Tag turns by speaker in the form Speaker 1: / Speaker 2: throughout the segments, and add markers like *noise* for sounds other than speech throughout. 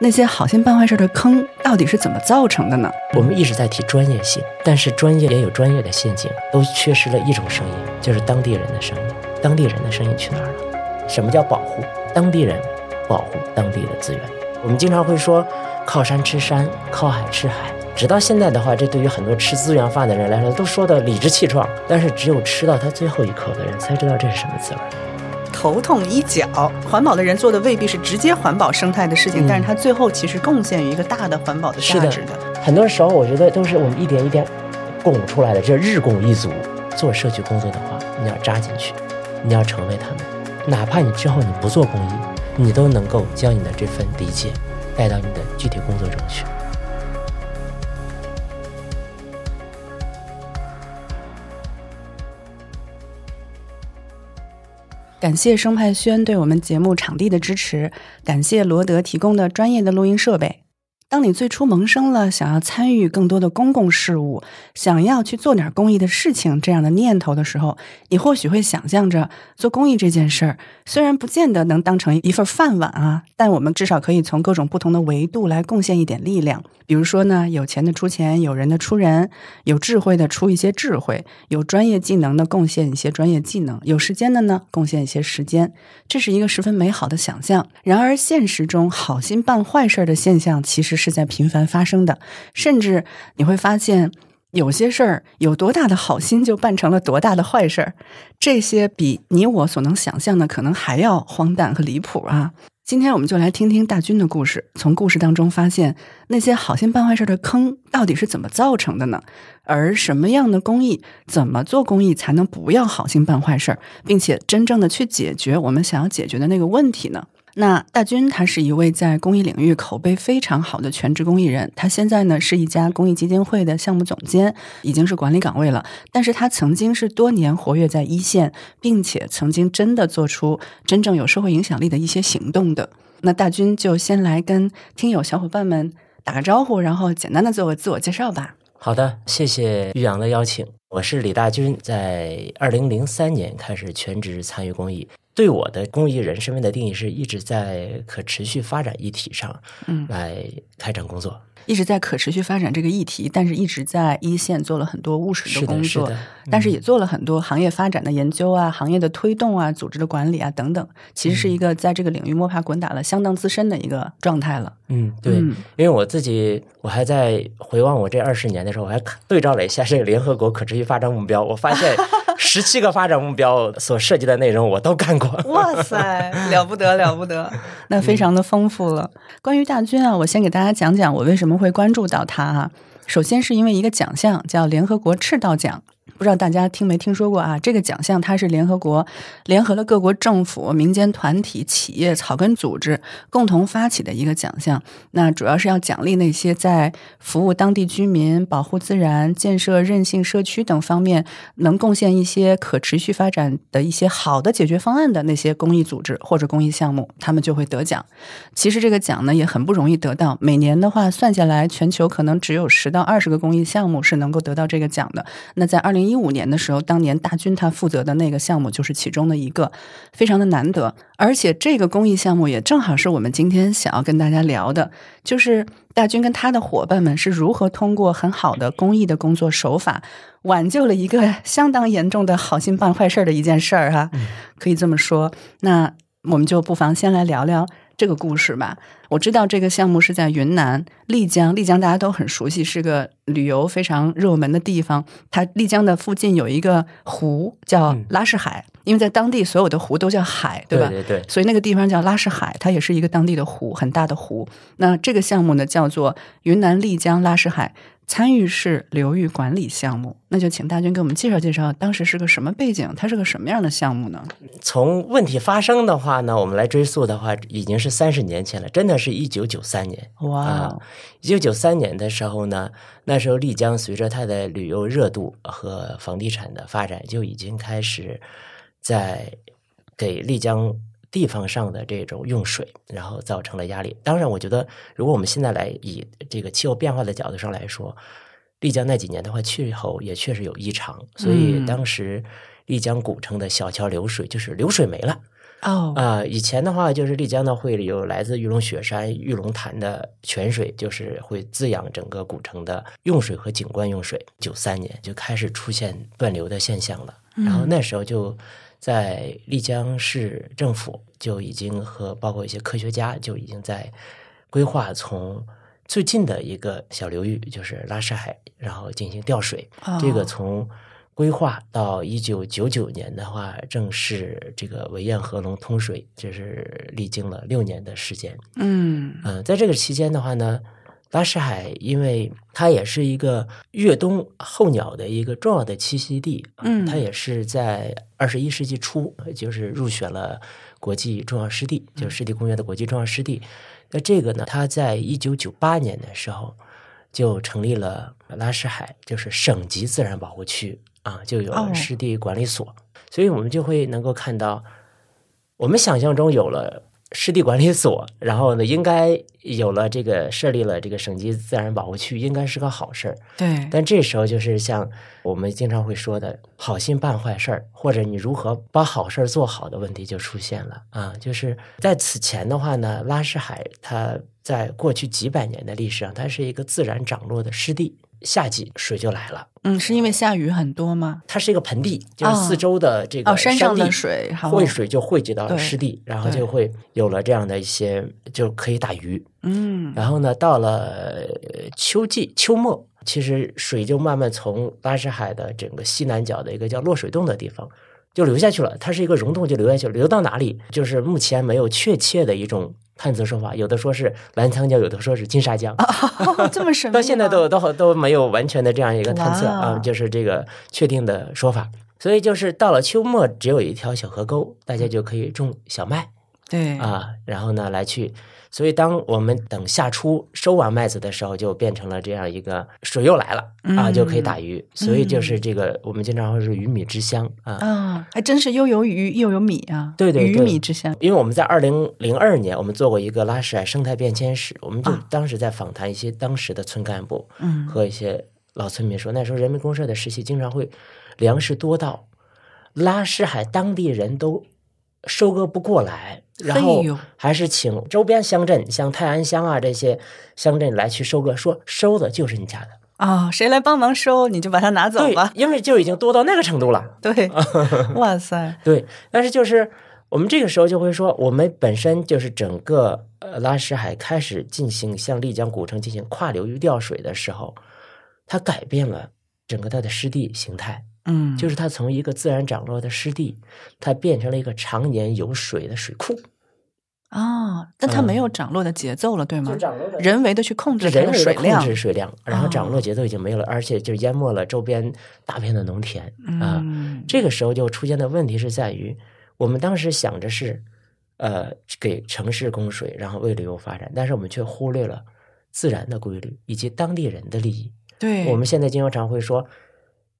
Speaker 1: 那些好心办坏事的坑到底是怎么造成的呢？
Speaker 2: 我们一直在提专业性，但是专业也有专业的陷阱，都缺失了一种声音，就是当地人的声音。当地人的声音去哪儿了？什么叫保护当地人？保护当地的资源。我们经常会说，靠山吃山，靠海吃海。直到现在的话，这对于很多吃资源饭的人来说，都说的理直气壮。但是只有吃到它最后一口的人，才知道这是什么滋味。
Speaker 1: 头痛医脚，环保的人做的未必是直接环保生态的事情，
Speaker 2: 嗯
Speaker 1: 但是他最后其实贡献于一个大的环保的价
Speaker 2: 是的
Speaker 1: 值的。
Speaker 2: 很多时候，我觉得都是我们一点一点拱出来的，这日拱一卒。做社区工作的话，你要扎进去，你要成为他们，哪怕你之后你不做公益，你都能够将你的这份理解带到你的具体工作中去。
Speaker 1: 感谢生派轩对我们节目场地的支持，感谢罗德提供的专业的录音设备。当你最初萌生了想要参与更多的公共事务，想要去做点公益的事情这样的念头的时候，你或许会想象着做公益这件事儿，虽然不见得能当成一份饭碗啊，但我们至少可以从各种不同的维度来贡献一点力量。比如说呢，有钱的出钱，有人的出人，有智慧的出一些智慧，有专业技能的贡献一些专业技能，有时间的呢贡献一些时间，这是一个十分美好的想象。然而，现实中好心办坏事儿的现象其实是在频繁发生的，甚至你会发现。有些事儿有多大的好心，就办成了多大的坏事儿。这些比你我所能想象的可能还要荒诞和离谱啊！今天我们就来听听大军的故事，从故事当中发现那些好心办坏事的坑到底是怎么造成的呢？而什么样的公益，怎么做公益才能不要好心办坏事儿，并且真正的去解决我们想要解决的那个问题呢？那大军他是一位在公益领域口碑非常好的全职公益人，他现在呢是一家公益基金会的项目总监，已经是管理岗位了。但是他曾经是多年活跃在一线，并且曾经真的做出真正有社会影响力的一些行动的。那大军就先来跟听友小伙伴们打个招呼，然后简单的做个自我介绍吧。
Speaker 2: 好的，谢谢玉阳的邀请。我是李大军，在二零零三年开始全职参与公益。对我的公益人身份的定义是一直在可持续发展议题上
Speaker 1: 嗯，
Speaker 2: 来开展工作。
Speaker 1: 一直在可持续发展这个议题，但是一直在一线做了很多务实
Speaker 2: 是
Speaker 1: 的工
Speaker 2: 的，是
Speaker 1: 作，
Speaker 2: 的。嗯
Speaker 1: 但是也做了很多行业发展的研究啊、行业的推动啊、组织的管理啊等等，其实是一个在这个领域摸爬滚打了相当资深的一个状态了。
Speaker 2: 嗯，对，
Speaker 1: 嗯
Speaker 2: 因为我自己，我还在回望我这二十年的时候，我还看对照了一下这个联合国可持续发展目标，我发 *laughs* 现十七个发展目标所涉及的内容我都干过。
Speaker 1: 哇塞，了不得了不得， *laughs* 那非常的丰富了。关于大军啊，我先给大家讲讲我为什么会关注到他啊。首先是因为一个奖项叫联合国赤道奖，不知道大家听没听说过啊？这个奖项它是联合国联合了各国政府、民间团体、企业、草根组织共同发起的一个奖项。那主要是要奖励那些在服务当地居民、保护自然、建设韧性社区等方面能贡献一些可持续发展的一些好的解决方案的那些公益组织或者公益项目，他们就会得奖。其实这个奖呢也很不容易得到，每年的话算下来，全球可能只有十到二十个公益项目是能够得到这个奖的。那在二零一五年的时候，当年大军他负责的那个项目就是其中的一个，非常的难得。而且这个公益项目也正好是我们今天想要跟大家聊的，就是大军跟他的伙伴们是如何通过很好的公益的工作手法，挽救了一个 *laughs* 相当严重的好心办坏事儿的一件事儿、哈，可以这么说。那我们就不妨先来聊聊这个故事吧。我知道这个项目是在云南丽江，丽江大家都很熟悉，是个旅游非常热门的地方。它丽江的附近有一个湖叫
Speaker 2: 嗯
Speaker 1: 拉市海，因为在当地所有的湖都叫海，吧？
Speaker 2: *laughs* 对对，
Speaker 1: 所以那个地方叫拉市海，它也是一个当地的湖，很大的湖。那这个项目呢，叫做云南丽江拉市海参与式流域管理项目。那就请大军给我们介绍介绍，当时是个什么背景，它是个什么样的项目呢？
Speaker 2: 从问题发生的话呢，我们来追溯的话，已经是三十年前了，真的是一九九三年。
Speaker 1: 哇
Speaker 2: 啊，一九九三年的时候呢，那时候丽江随着它的旅游热度和房地产的发展，就已经开始在给丽江地方上的这种用水，然后造成了压力。当然，我觉得如果我们现在来以这个气候变化的角度上来说，丽江那几年的话，气候也确实有异常，所以
Speaker 1: 嗯
Speaker 2: 当时丽江古城的小桥流水就是流水没了。
Speaker 1: 哦，
Speaker 2: 啊、以前的话就是丽江的会有来自玉龙雪山、玉龙潭的泉水，就是会滋养整个古城的用水和景观用水。九三年就开始出现断流的现象了，
Speaker 1: 嗯
Speaker 2: 然后那时候就在丽江市政府就已经和包括一些科学家就已经在规划从。最近的一个小流域就是拉市海，然后进行调水。这
Speaker 1: 哦
Speaker 2: 个从规划到一九九九年的话，正式这个维堰合龙通水，就是历经了六年的时间。
Speaker 1: 嗯
Speaker 2: 嗯、在这个期间的话呢，拉市海因为它也是一个越冬候鸟的一个重要的栖息地，啊
Speaker 1: 嗯
Speaker 2: 它也是在二十一世纪初就是入选了国际重要湿地，就是湿地公约的国际重要湿地。那这个呢，它在一九九八年的时候就成立了拉市海，就是省级自然保护区啊，就有
Speaker 1: 哦
Speaker 2: 了湿地管理所，所以我们就会能够看到。我们想象中有了湿地管理所，然后呢，应该有了这个设立了这个省级自然保护区，应该是个好事儿。
Speaker 1: 对，
Speaker 2: 但这时候就是像我们经常会说的“好心办坏事儿”，或者你如何把好事儿做好的问题就出现了啊。就是在此前的话呢，拉市海它在过去几百年的历史上，它是一个自然涨落的湿地，夏季水就来了。
Speaker 1: 嗯，是因为下雨很多吗？
Speaker 2: 它是一个盆地，就是
Speaker 1: 哦
Speaker 2: 四周的这个
Speaker 1: 哦，山上
Speaker 2: 地
Speaker 1: 的水好
Speaker 2: 汇，水就汇集到
Speaker 1: 对
Speaker 2: 了湿地，然后
Speaker 1: 对
Speaker 2: 就会有了这样的一些，就可以打鱼。
Speaker 1: 嗯
Speaker 2: 然后呢，到了呃秋季秋末，其实水就慢慢从拉什海的整个西南角的一个叫落水洞的地方就流下去了。它是一个溶洞，就流下去了。流到哪里？就是目前没有确切的一种探测说法，有的说是澜沧江，有的说是金沙江。
Speaker 1: 哦，这么神秘吗，
Speaker 2: 到现在都都都没有完全的这样一个探测
Speaker 1: 哇
Speaker 2: 啊，就是这个确定的说法。所以就是到了秋末，只有一条小河沟，大家就可以种小麦
Speaker 1: 对，
Speaker 2: 啊，然后呢来去。所以当我们等夏初收完麦子的时候，就变成了这样一个水又来了啊，
Speaker 1: 嗯
Speaker 2: 就可以打鱼。所以就是这个我们经常会说鱼米之乡啊，
Speaker 1: 啊，还真是又有鱼又有米啊，
Speaker 2: 对对
Speaker 1: 鱼
Speaker 2: 对
Speaker 1: 米之乡，
Speaker 2: 因为我们在二零零二年，我们做过一个拉什海生态变迁史，我们就
Speaker 1: 啊
Speaker 2: 当时在访谈一些当时的村干部，
Speaker 1: 嗯
Speaker 2: 和一些老村民说，那时候人民公社的时期，经常会粮食多到拉市海当地人都收割不过来，然后
Speaker 1: 哎呦
Speaker 2: 还是请周边乡镇，像泰安乡啊这些乡镇来去收割，说收的就是你家的，
Speaker 1: 啊，谁来帮忙收，你就把它拿走
Speaker 2: 对
Speaker 1: 吧，。
Speaker 2: 因为就已经多到那个程度 *laughs* 了，
Speaker 1: 对，哇塞，
Speaker 2: 对，但是就是我们这个时候就会说，我们本身就是整个呃拉什海开始进行向丽江古城进行跨流域调水的时候，它改变了整个它的湿地形态，
Speaker 1: *laughs* 嗯，
Speaker 2: 就是它从一个自然涨落的湿地，它变成了一个常年有水的水库，
Speaker 1: 啊，但
Speaker 2: 嗯
Speaker 1: 它没有涨落的节奏了，对吗？
Speaker 2: 涨落的
Speaker 1: 人为的去控制它
Speaker 2: 人
Speaker 1: 的
Speaker 2: 为
Speaker 1: 嗯水
Speaker 2: 的控
Speaker 1: 量，
Speaker 2: 制水量，然后
Speaker 1: 哦
Speaker 2: 涨落节奏已经没有了，而且就淹没了周边大片的农田啊。
Speaker 1: 嗯，
Speaker 2: 这个时候就出现的问题是在于，我们当时想着是，呃，给城市供水，然后为旅游发展，但是我们却忽略了自然的规律以及当地人的利益。
Speaker 1: 对，
Speaker 2: 我们现在经常会说，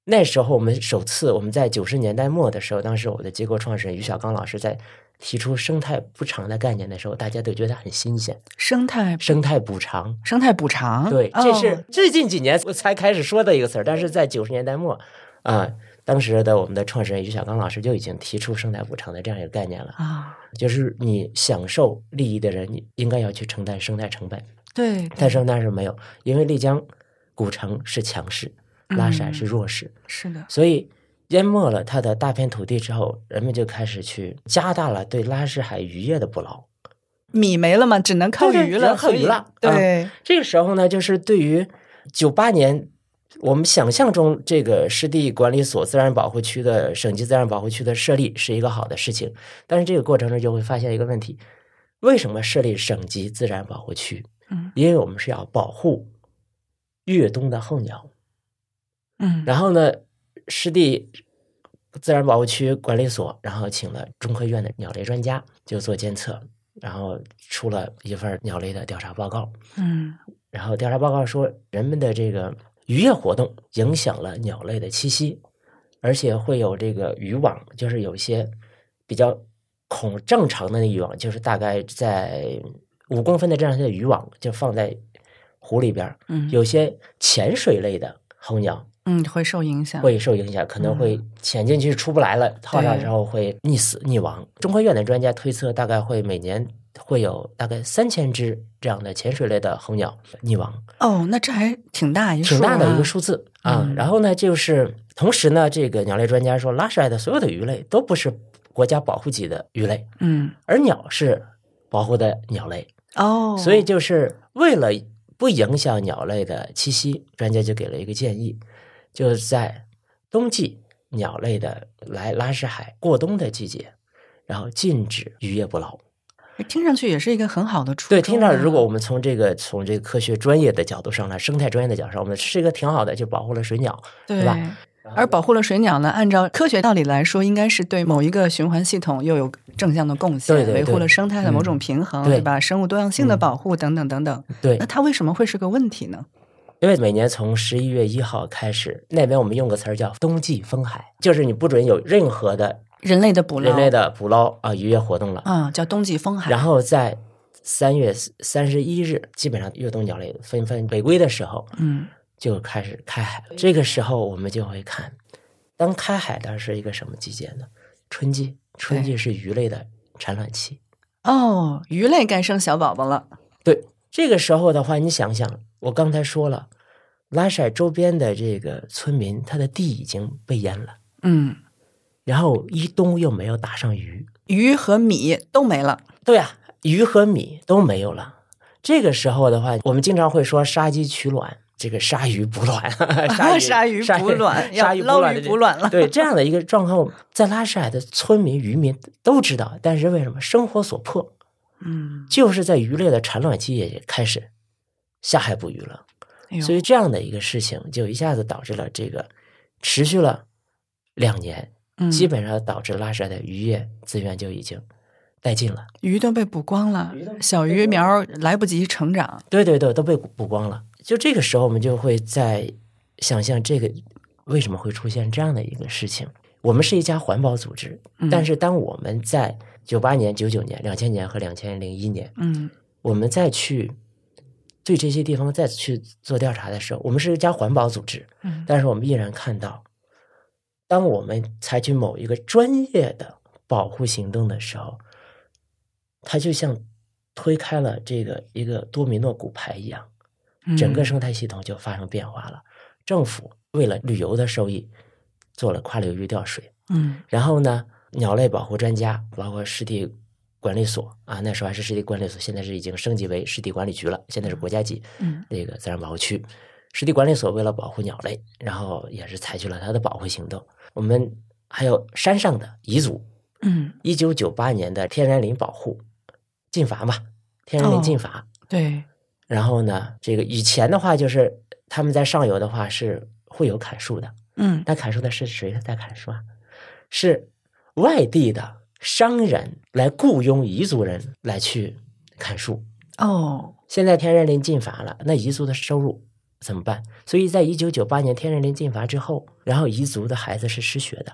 Speaker 2: 那时候我们首次我们在九十年代末的时候，当时我的机构创始人于小刚老师在提出生态补偿的概念的时候，大家都觉得很新鲜，
Speaker 1: 生态
Speaker 2: 生态补偿。
Speaker 1: 生态补偿，
Speaker 2: 对，
Speaker 1: 哦
Speaker 2: 这是最近几年我才开始说的一个词儿，但是在九十年代末，啊、当时的我们的创始人于小刚老师就已经提出生态补偿的这样一个概念了，
Speaker 1: 啊，
Speaker 2: 就是你享受利益的人，你应该要去承担生态成本，
Speaker 1: 对，
Speaker 2: 但是那是没有，因为丽江古城是强势，拉萨
Speaker 1: 嗯
Speaker 2: 是弱势，
Speaker 1: 是的，
Speaker 2: 所以。淹没了它的大片土地之后，人们就开始去加大了对拉什海渔业的捕捞。
Speaker 1: 米没了嘛，只能靠
Speaker 2: 对对
Speaker 1: 鱼
Speaker 2: 只
Speaker 1: 了，啊
Speaker 2: 能靠
Speaker 1: 所以
Speaker 2: 鱼了
Speaker 1: 对，
Speaker 2: 这个时候呢，就是对于九八年我们想象中这个湿地管理所自然保护区的省级自然保护区的设立是一个好的事情，但是这个过程中就会发现一个问题：为什么设立省级自然保护区？
Speaker 1: 嗯
Speaker 2: 因为我们是要保护越冬的候鸟。
Speaker 1: 嗯，
Speaker 2: 然后呢，湿地自然保护区管理所，然后请了中科院的鸟类专家就做监测，然后出了一份鸟类的调查报告。
Speaker 1: 嗯
Speaker 2: 然后调查报告说，人们的这个渔业活动影响了鸟类的栖息，而且会有这个渔网，就是有一些比较孔正常的那渔网，就是大概在五公分的这样一些渔网，就放在湖里边儿。
Speaker 1: 嗯，
Speaker 2: 有些潜水类的候鸟，
Speaker 1: 嗯，会受影响，
Speaker 2: 会受影响，可能
Speaker 1: 嗯
Speaker 2: 会潜进去出不来了，套上之后会溺死溺亡。中科院的专家推测，大概会每年会有大概三千只这样的潜水类的候鸟溺亡，
Speaker 1: 哦，那这还挺大一数
Speaker 2: 挺大的一
Speaker 1: 啊
Speaker 2: 个数字啊。
Speaker 1: 嗯
Speaker 2: 然后呢，就是同时呢，这个鸟类专家说，拉出来的所有的鱼类都不是国家保护级的鱼类，
Speaker 1: 嗯
Speaker 2: 而鸟是保护的鸟类，
Speaker 1: 哦，
Speaker 2: 所以就是为了不影响鸟类的栖息，专家就给了一个建议，就是在冬季鸟类的来拉什海过冬的季节，然后禁止渔业捕捞。
Speaker 1: 听上去也是一个很好的初衷啊、
Speaker 2: 对，听着，如果我们从这个从这个科学专业的角度上来，生态专业的角度上，我们是一个挺好的，就保护了水鸟。
Speaker 1: 对
Speaker 2: 是吧
Speaker 1: 而保护了水鸟呢，按照科学道理来说，应该是对某一个循环系统又有正向的贡献，
Speaker 2: 对对对
Speaker 1: 维护了生态的某种平衡，
Speaker 2: 嗯对
Speaker 1: 吧？生物多样性的
Speaker 2: 嗯
Speaker 1: 保护等等等等。
Speaker 2: 对
Speaker 1: 那，它为什么会是个问题呢？
Speaker 2: 因为每年从十一月一号开始，那边我们用个词儿叫“冬季风海”，就是你不准有任何的
Speaker 1: 人类的捕捞，
Speaker 2: 人类的捕捞啊渔业活动了。
Speaker 1: 啊、叫冬季风海，
Speaker 2: 然后在三月三十一日，基本上越冬鸟类纷纷回归的时候，
Speaker 1: 嗯
Speaker 2: 就开始开海了。这个时候我们就会看，当开海的是一个什么季节呢？春季，春季是鱼类的产卵期。
Speaker 1: 哦，鱼类该生小宝宝了，
Speaker 2: 对，这个时候的话，你想想，我刚才说了，拉塞周边的这个村民，他的地已经被淹了，
Speaker 1: 嗯，
Speaker 2: 然后一冬又没有打上鱼，
Speaker 1: 鱼和米都没了，
Speaker 2: 对啊，鱼和米都没有了。这个时候的话，我们经常会说杀鸡取卵，这个鲨鱼
Speaker 1: *laughs*
Speaker 2: 捕卵， *laughs* 鲨鱼
Speaker 1: 鲨鱼捕卵要
Speaker 2: 鲨鱼
Speaker 1: 捞
Speaker 2: 卵
Speaker 1: 鱼
Speaker 2: 的这
Speaker 1: 捕卵了
Speaker 2: 对这样的一个状况，在拉市海的村民、渔民都知道，但是为什么生活所迫，
Speaker 1: 嗯，
Speaker 2: 就是在鱼类的产卵期也开始下海捕鱼了，
Speaker 1: 哎呦
Speaker 2: 所以这样的一个事情就一下子导致了这个持续了两年，
Speaker 1: 嗯
Speaker 2: 基本上导致拉市海的渔业资源就已经殆尽了。
Speaker 1: 鱼都被捕光了
Speaker 2: 鱼都，被
Speaker 1: 小鱼苗来不及成长，
Speaker 2: 对对对，都被补光了。就这个时候，我们就会在想象这个为什么会出现这样的一个事情。我们是一家环保组织，
Speaker 1: 嗯
Speaker 2: 但是当我们在九八年、九九年、两千年和两千零一年，
Speaker 1: 嗯
Speaker 2: 我们再去对这些地方再去做调查的时候，我们是一家环保组织，
Speaker 1: 嗯
Speaker 2: 但是我们依然看到，当我们采取某一个专业的保护行动的时候，它就像推开了这个一个多米诺骨牌一样，整个
Speaker 1: 嗯
Speaker 2: 生态系统就发生变化了。政府为了旅游的收益，做了跨流域调水，
Speaker 1: 嗯
Speaker 2: 然后呢，鸟类保护专家，包括湿地管理所啊，那时候还是湿地管理所，现在是已经升级为湿地管理局了，现在是国家级
Speaker 1: 嗯
Speaker 2: 那个自然保护区。湿地管理所为了保护鸟类，然后也是采取了它的保护行动。我们还有山上的彝族，
Speaker 1: 嗯，
Speaker 2: 一九九八年的天然林保护禁伐嘛，天然
Speaker 1: 哦
Speaker 2: 林禁伐，
Speaker 1: 对，
Speaker 2: 然后呢，这个以前的话就是他们在上游的话是会有砍树的，
Speaker 1: 嗯
Speaker 2: 但砍树的是谁在砍树啊？是外地的商人来雇佣彝族人来去砍树。
Speaker 1: 哦，
Speaker 2: 现在天然林禁伐了，那彝族的收入怎么办？所以在一九九八年天然林禁伐之后，然后彝族的孩子是失学的，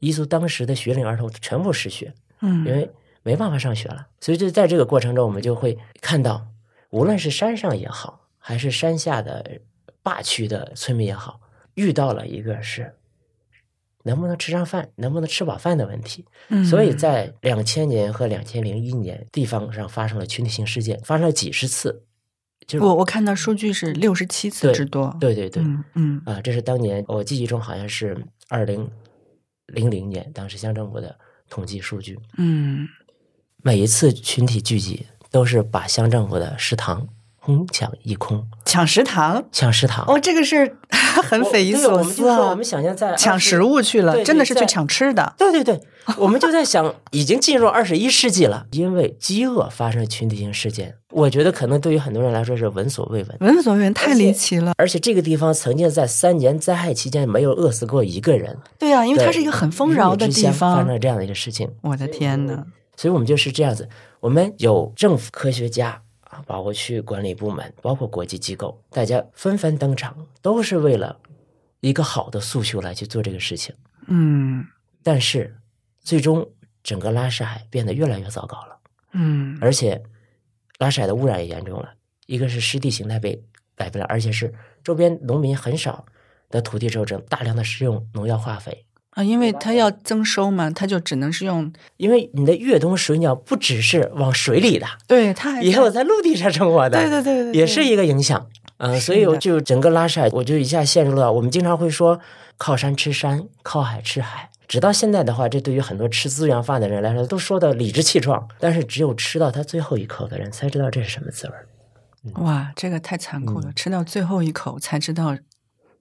Speaker 2: 彝族当时的学龄儿童全部失学，
Speaker 1: 嗯，
Speaker 2: 因为没办法上学了。所以就在这个过程中，我们就会看到，无论是山上也好，还是山下的坝区的村民也好，遇到了一个是能不能吃上饭、能不能吃饱饭的问题。
Speaker 1: 嗯
Speaker 2: 所以在两千年和两千零一年，地方上发生了群体性事件，发生了几十次。就是
Speaker 1: 我我看到数据是六十七次
Speaker 2: 对
Speaker 1: 之多，
Speaker 2: 对对对，
Speaker 1: 嗯嗯
Speaker 2: 啊，这是当年我记忆中好像是二零零零年，当时乡政府的统计数据。
Speaker 1: 嗯，
Speaker 2: 每一次群体聚集都是把乡政府的食堂哄抢一空，
Speaker 1: 抢食堂，
Speaker 2: 抢食堂。
Speaker 1: 哦，这个是 *laughs* 很
Speaker 2: 我
Speaker 1: 匪夷
Speaker 2: 哦对
Speaker 1: 所
Speaker 2: 我们就
Speaker 1: 思
Speaker 2: 说
Speaker 1: 啊
Speaker 2: 我们，想象在
Speaker 1: 抢
Speaker 2: 20
Speaker 1: 食。物去了，
Speaker 2: 对
Speaker 1: 真的是
Speaker 2: 你
Speaker 1: 去
Speaker 2: 在
Speaker 1: 抢吃的，
Speaker 2: 对对对，我们就在想，已经进入二十一世纪了， *laughs* 因为饥饿发生群体性事件，我觉得可能对于很多人来说是闻所未闻。
Speaker 1: 闻所未闻，太
Speaker 2: 而且
Speaker 1: 离奇了。
Speaker 2: 而且这个地方曾经在三年灾害期间没有饿死过一个人，
Speaker 1: 对呀、因为它
Speaker 2: 对
Speaker 1: 是一个很丰饶的
Speaker 2: 一日之
Speaker 1: 地
Speaker 2: 乡发生
Speaker 1: 方。
Speaker 2: 了这样的一个事情，
Speaker 1: 我的天呐，
Speaker 2: 所以我们就是这样子，我们有政府科学家啊，包括区域管理部门，包括国际机构，大家纷纷登场，都是为了一个好的诉求来去做这个事情。
Speaker 1: 嗯
Speaker 2: 但是最终整个拉什海变得越来越糟糕了，
Speaker 1: 嗯
Speaker 2: 而且拉什海的污染也严重了，一个是湿地形态被改变了，而且是周边农民很少的土地之后，只能大量的使用农药化肥。
Speaker 1: 啊，因为它要增收嘛，它就只能是用
Speaker 2: 因为你的越冬水鸟不只是往水里的，
Speaker 1: 哎对它还
Speaker 2: 也
Speaker 1: 在
Speaker 2: 有在陆地上生活的，
Speaker 1: 对对对对，
Speaker 2: 也是一个影响。嗯、
Speaker 1: 是
Speaker 2: 所以我
Speaker 1: 的
Speaker 2: 就整个拉萨，我就一下陷入了我们经常会说靠山吃山，靠海吃海。直到现在的话，这对于很多吃资源饭的人来说，都说的理直气壮。但是只有吃到它最后一口的人，才知道这是什么滋味儿。嗯
Speaker 1: 哇，这个太残酷了，吃到最后一口才知道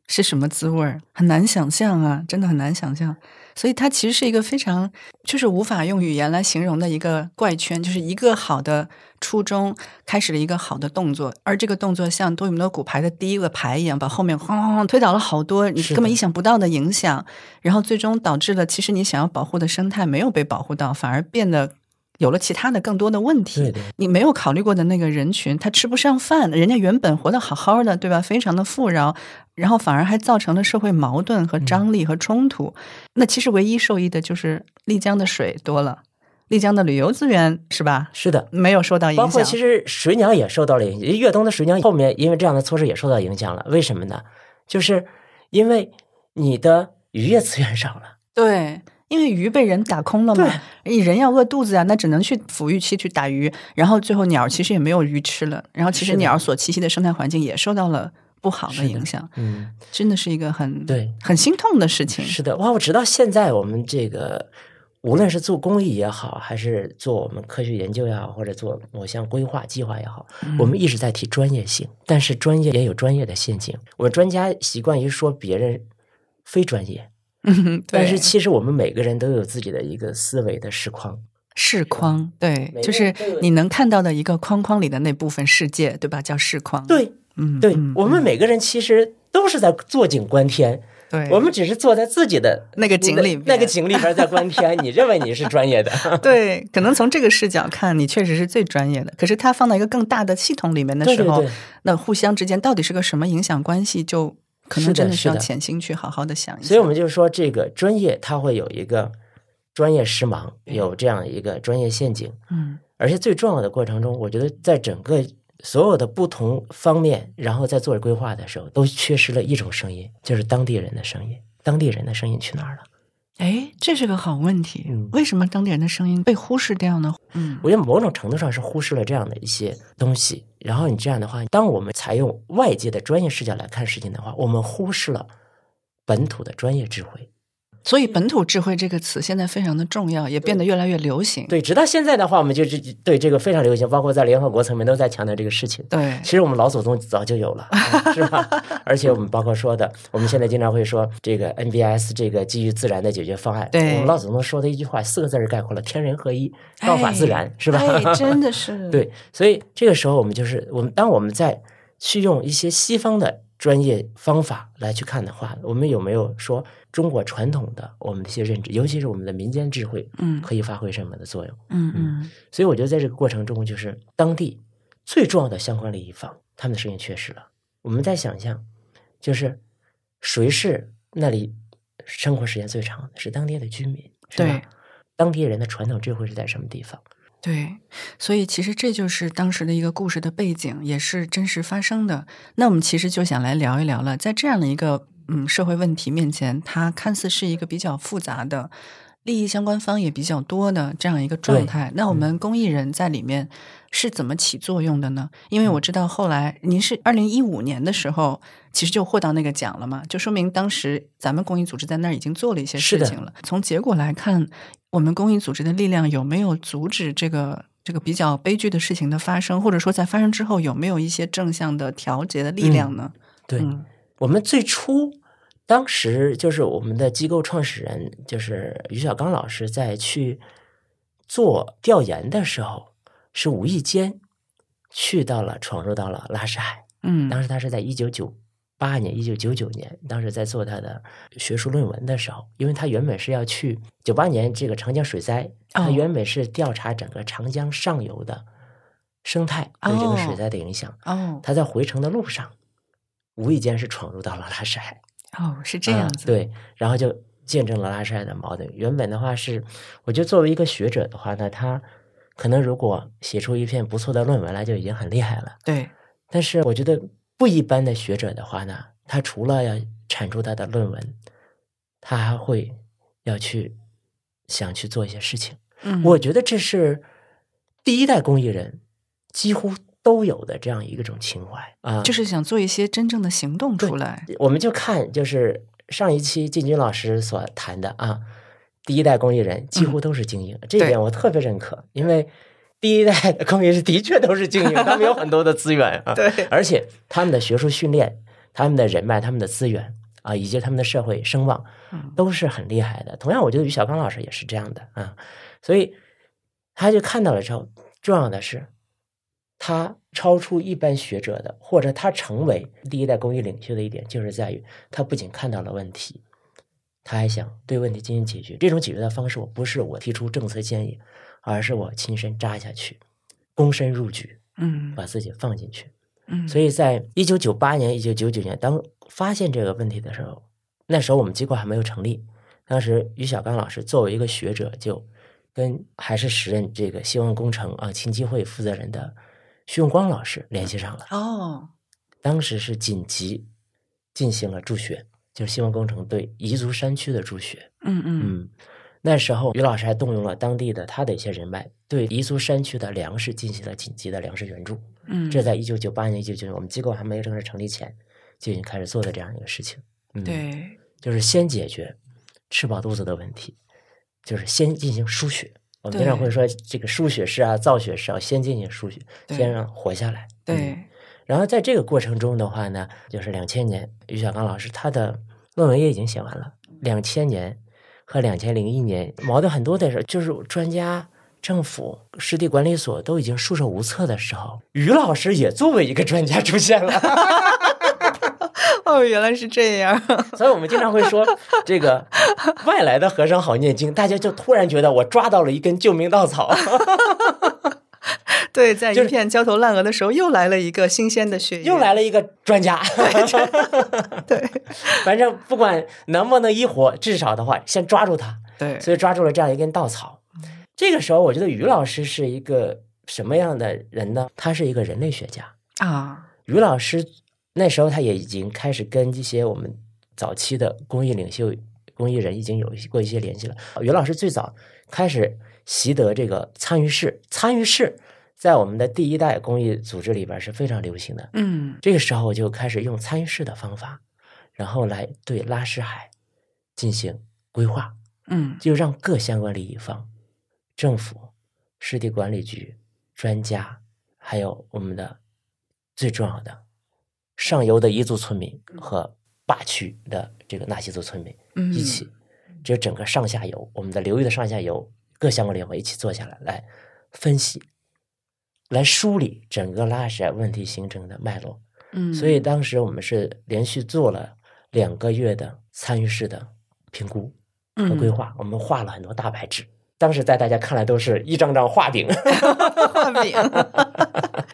Speaker 1: 是什么滋味儿，很难想象啊，真的很难想象。所以它其实是一个非常就是无法用语言来形容的一个怪圈，就是一个好的初衷开始了一个好的动作，而这个动作像多米诺骨牌的第一个牌一样，把后面哐哐哐推倒了好多你
Speaker 2: 是
Speaker 1: 根本
Speaker 2: 的
Speaker 1: 意想不到的影响，然后最终导致了其实你想要保护的生态没有被保护到，反而变得有了其他的更多的问题。
Speaker 2: 对对
Speaker 1: 你没有考虑过的那个人群，他吃不上饭，人家原本活得好好的，对吧？非常的富饶，然后反而还造成了社会矛盾和张力和冲突。那其实唯一受益的就是丽江的水多了，丽江的旅游资源是吧？
Speaker 2: 是的，
Speaker 1: 没有受到影响。
Speaker 2: 包括其实水鸟也受到了影响，越冬的水鸟后面因为这样的措施也受到影响了。为什么呢？就是因为你的渔业资源少了。
Speaker 1: 对。因为鱼被人打空了嘛，你人要饿肚子啊呀、那只能去抚育期去打鱼，然后最后鸟其实也没有鱼吃了，然后其
Speaker 2: 是
Speaker 1: 实
Speaker 2: 的
Speaker 1: 鸟所栖息的生态环境也受到了不好
Speaker 2: 是
Speaker 1: 的
Speaker 2: 的
Speaker 1: 影响，
Speaker 2: 嗯，
Speaker 1: 真的是一个很
Speaker 2: 对
Speaker 1: 很心痛的事情。
Speaker 2: 是的，哇！我直到现在，我们这个无论是做公益也好，还是做我们科学研究也好，或者做某项规划计划也好，
Speaker 1: 嗯
Speaker 2: 我们一直在提专业性，但是专业也有专业的陷阱。我们专家习惯于说别人非专业，
Speaker 1: 嗯，
Speaker 2: 但
Speaker 1: 对
Speaker 2: 是其实我们每个人都有自己的一个思维的视框。
Speaker 1: 视框，对
Speaker 2: 每，
Speaker 1: 就
Speaker 2: 个
Speaker 1: 是
Speaker 2: 人都有
Speaker 1: 你能看到的一个框框里的那部分世界，对吧？叫视框。，
Speaker 2: 对，
Speaker 1: 嗯，
Speaker 2: 对
Speaker 1: 嗯
Speaker 2: 我们每个人其实都是在坐井观天，
Speaker 1: 对，
Speaker 2: 我们只是坐在自己的
Speaker 1: 那个井里边
Speaker 2: 那个井里边在观天。
Speaker 1: *laughs*
Speaker 2: 你认为你是专业的，
Speaker 1: 对，可能从这个视角看，你确实是最专业的。可是它放到一个更大的系统里面的
Speaker 2: 对
Speaker 1: 时
Speaker 2: 对
Speaker 1: 候，
Speaker 2: 对，
Speaker 1: *laughs* 那互相之间到底是个什么影响关系，就可能
Speaker 2: 是的
Speaker 1: 真的
Speaker 2: 是
Speaker 1: 需要
Speaker 2: 的
Speaker 1: 潜心去好好的想一想。
Speaker 2: 所以我们就说这个专业它会有一个专业时盲，有这样一个专业陷阱。
Speaker 1: 嗯，
Speaker 2: 而且最重要的过程中，我觉得在整个所有的不同方面，然后在做规划的时候，都缺失了一种声音，就是当地人的声音。当地人的声音去哪儿了？
Speaker 1: 哎，这是个好问题。
Speaker 2: 嗯
Speaker 1: 为什么当地人的声音被忽视掉呢？嗯，
Speaker 2: 我觉得某种程度上是忽视了这样的一些东西。然后你这样的话，当我们采用外界的专业视角来看事情的话，我们忽视了本土的专业智慧。
Speaker 1: 所以“本土智慧”这个词现在非常的重要，也变得越来越流行。
Speaker 2: 对，直到现在的话，我们就是对这个非常流行，包括在联合国层面都在强调这个事情。
Speaker 1: 对，
Speaker 2: 其实我们老祖宗早
Speaker 1: *laughs*
Speaker 2: 就有了，嗯是吧？而且我们包括说的，我们现在经常会说这个 NBS 这个基于自然的解决方案。
Speaker 1: 对
Speaker 2: 我们老祖宗说的一句话，四个字儿概括了天人合一，道法自然，是吧？
Speaker 1: 哎，真的是
Speaker 2: *laughs* 对，所以这个时候我们就是我们，当我们在去用一些西方的专业方法来去看的话，我们有没有说中国传统的我们的一些认知，尤其是我们的民间智慧，
Speaker 1: 嗯
Speaker 2: 可以发挥什么的作用？
Speaker 1: 嗯嗯，
Speaker 2: 所以我觉得在这个过程中，就是当地最重要的相关利益方，他们的声音缺失了。我们再想象，就是谁是那里生活时间最长的？是当地的居民，是吧
Speaker 1: 对？
Speaker 2: 当地人的传统智慧是在什么地方？
Speaker 1: 对，所以其实这就是当时的一个故事的背景，也是真实发生的。那我们其实就想来聊一聊了，在这样的一个嗯社会问题面前，它看似是一个比较复杂的。利益相关方也比较多的这样一个状
Speaker 2: 对嗯
Speaker 1: 态，那我们公益人在里面是怎么起作用的呢？因为
Speaker 2: 嗯
Speaker 1: 我知道后来您是二零一五年的时候，其实就获到那个奖了嘛，就说明当时咱们公益组织在那儿已经做了一些
Speaker 2: 是
Speaker 1: 事
Speaker 2: 的
Speaker 1: 情了。从结果来看，我们公益组织的力量有没有阻止这个这个比较悲剧的事情的发生，或者说在发生之后有没有一些正向的调节的力量呢？
Speaker 2: 对，
Speaker 1: 嗯
Speaker 2: 我们最初当时就是我们的机构创始人，就是于小刚老师在去做调研的时候，是无意间去到了闯入到了拉什海。当
Speaker 1: 嗯
Speaker 2: 时他是在一九九八年、一九九九年，当时在做他的学术论文的时候，因为他原本是要去九八年这个长江水灾，
Speaker 1: 哦
Speaker 2: 他原本是调查整个长江上游的生态对这个水
Speaker 1: 哦
Speaker 2: 灾的影响。
Speaker 1: 哦
Speaker 2: 他在回程的路上，无意间是闯入到了拉什海。
Speaker 1: 哦是这样子，
Speaker 2: 嗯对，然后就见证了拉塞尔的矛盾。原本的话是，我觉得作为一个学者的话呢，他可能如果写出一篇不错的论文来，就已经很厉害了。
Speaker 1: 对
Speaker 2: 但是我觉得不一般的学者的话呢，他除了要产出他的论文，他还会要去想去做一些事情。
Speaker 1: 嗯
Speaker 2: 我觉得这是第一代工艺人几乎都有的这样一个种情怀啊、
Speaker 1: 就是想做一些真正的行动出来。
Speaker 2: 我们就看就是上一期进军老师所谈的啊，第一代工艺人几乎都是精英，这一
Speaker 1: 嗯对
Speaker 2: 点我特别认可，因为第一代的工艺师的确都是精英，他们有很多的资源啊，
Speaker 1: *laughs* 对，
Speaker 2: 而且他们的学术训练、他们的人脉、他们的资源啊，以及他们的社会声望
Speaker 1: 嗯，
Speaker 2: 都是很厉害的。同样，我觉得于小刚老师也是这样的啊，所以他就看到了之后，重要的是他超出一般学者的，或者他成为第一代公益领袖的一点，就是在于他不仅看到了问题。他还想对问题进行解决，这种解决的方式，我不是我提出政策建议，而是我亲身扎下去，躬身入局，
Speaker 1: 嗯
Speaker 2: 把自己放进去。
Speaker 1: 嗯，
Speaker 2: 所
Speaker 1: 以
Speaker 2: 以在一九九八年、一九九九年，当发现这个问题的时候，那时候我们机构还没有成立。当时于小刚老师作为一个学者，就跟还是时任这个希望工程啊秦基会负责人的徐永光老师联系上了。
Speaker 1: 哦，
Speaker 2: 当时是紧急进行了助学，就是希望工程对彝族山区的助学。
Speaker 1: 嗯嗯
Speaker 2: 嗯，那时候于老师还动用了当地的他的一些人脉，对彝族山区的粮食进行了紧急的粮食援助。
Speaker 1: 嗯，
Speaker 2: 这在一九九八年、一九九九，我们机构还没有正式成立前，就已经开始做的这样一个事情。嗯，，
Speaker 1: 对，
Speaker 2: 就是先解决吃饱肚子的问题，就是先进行输血。我们
Speaker 1: 对
Speaker 2: 经常会说这个输血式啊、造血式啊，先进行输血，
Speaker 1: 对
Speaker 2: 先让活下来。嗯
Speaker 1: 对，
Speaker 2: 然后在这个过程中的话呢，就是两千年，于小刚老师他的论文也已经写完了。两千年和两千零一年矛盾很多的时候，就是专家、政府、湿地管理所都已经束手无策的时候，于老师也作为一个专家出现了。 *laughs* 嗯
Speaker 1: 哦，原来是这样。
Speaker 2: 所以我们经常会说，这个外来的和尚好念经，大家就突然觉得我抓到了一根救命稻草。
Speaker 1: 对，在
Speaker 2: 就
Speaker 1: 一
Speaker 2: 是
Speaker 1: 片焦头烂额的时候，又来了一个新鲜的血液，
Speaker 2: 又来了一个专家，
Speaker 1: 对
Speaker 2: *laughs* 反正不管能不能医活，至少的话，先抓住他，
Speaker 1: 对，
Speaker 2: 所以抓住了这样一根稻草。这个时候，我觉得于老师是一个什么样的人呢？他是一个人类学家。
Speaker 1: 啊，
Speaker 2: 于老师那时候他也已经开始跟一些我们早期的公益领袖、公益人已经有一些过一些联系了。于老师最早开始习得这个参与式，参与式在我们的第一代公益组织里边是非常流行的。
Speaker 1: 嗯
Speaker 2: 这个时候我就开始用参与式的方法，然后来对拉什海进行规划。
Speaker 1: 嗯
Speaker 2: 就让各相关利益方、政府、湿地管理局、专家，还有我们的最重要的上游的彝族村民和坝区的这个纳西族村民
Speaker 1: 嗯，
Speaker 2: 一起，这整个上下游我们的流域的上下游各相关利益方一起坐下来来分析。来梳理整个拉什问题形成的脉络，
Speaker 1: 嗯，
Speaker 2: 所以当时我们是连续做了两个月的参与式的评估，和
Speaker 1: 嗯
Speaker 2: 规划，我们画了很多大白纸。当时在大家看来都是一张张画饼， *laughs*
Speaker 1: 画饼，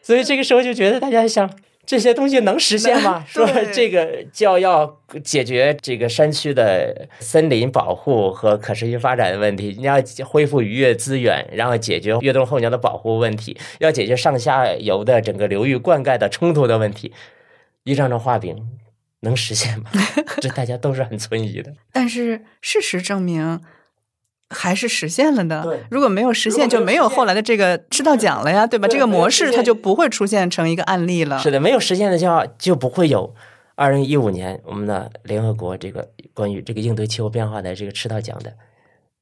Speaker 2: 所以这个时候就觉得大家想这些东西能实现吗？说
Speaker 1: 对
Speaker 2: 这个就要要解决这个山区的森林保护和可持续发展的问题，你要恢复渔业资源，然后解决越冬候鸟的保护问题，要解决上下游的整个流域灌溉的冲突的问题，一张张画饼能实现吗？ *laughs* 这大家都是很存疑的。
Speaker 1: *laughs* 但是事实证明。还是实现了的。
Speaker 2: 对
Speaker 1: 如果没有实
Speaker 2: 如
Speaker 1: 现，
Speaker 2: 果
Speaker 1: 就
Speaker 2: 没
Speaker 1: 没
Speaker 2: 有
Speaker 1: 有
Speaker 2: 实
Speaker 1: 后来的这个吃到奖了呀，对吧？
Speaker 2: 对
Speaker 1: 这个
Speaker 2: 没有
Speaker 1: 模
Speaker 2: 实
Speaker 1: 式它
Speaker 2: 现
Speaker 1: 就不会出现成一个案例了。
Speaker 2: 是的，没有实现的话，就不会有二零一五年我们的联合国这个关于这个应对气候变化的这个赤道奖的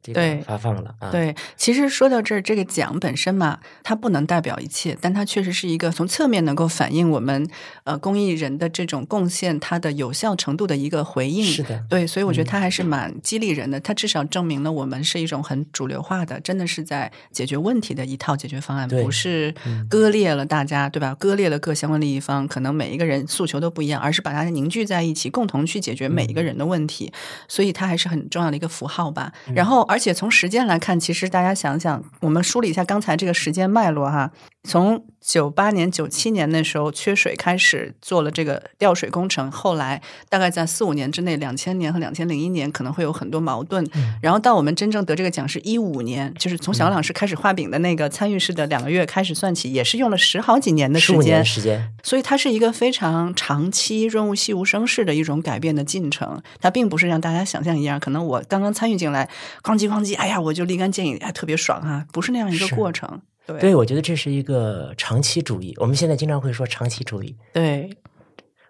Speaker 2: 这
Speaker 1: 对
Speaker 2: 个发放了啊。，
Speaker 1: 对，其实说到这儿，这个奖本身嘛，它不能代表一切，但它确实是一个从侧面能够反映我们呃公益人的这种贡献，它的有效程度的一个回应。
Speaker 2: 是的，
Speaker 1: 对，所以我觉得
Speaker 2: 嗯
Speaker 1: 它还是蛮激励人的，它至少证明了我们是一种很主流化的，真的是在解决问题的一套解决方案，
Speaker 2: 对
Speaker 1: 不是
Speaker 2: 嗯
Speaker 1: 割裂了大家，对吧？割裂了各相关利益方，可能每一个人诉求都不一样，而是把它凝聚在一起，共同去解决每一
Speaker 2: 嗯
Speaker 1: 个人的问题。所以它还是很重要的一个符号吧。
Speaker 2: 嗯
Speaker 1: 然后，而且从时间来看，其实大家想想，我们梳理一下刚才这个时间脉络哈，从九八年、九七年那时候缺水开始做了这个调水工程，后来大概在四五年之内，两千年和两千零一年可能会有很多矛盾。
Speaker 2: 嗯
Speaker 1: 然后到我们真正得这个奖是一五年，就是从小老师开始画饼的那个参与式的两个月开始算起，也是用了十好几年的时
Speaker 2: 十五
Speaker 1: 间
Speaker 2: 年时间，
Speaker 1: 所以它是一个非常长期、润物细无声式的一种改变的进程。它并不是像大家想象一样，可能我刚刚参与进来，哐叽哐叽，哎呀，我就立竿见影，哎，特别爽啊，不是那样一个
Speaker 2: 是
Speaker 1: 过程。对
Speaker 2: 对我觉得这是一个长期主义。我们现在经常会说长期主义，
Speaker 1: 对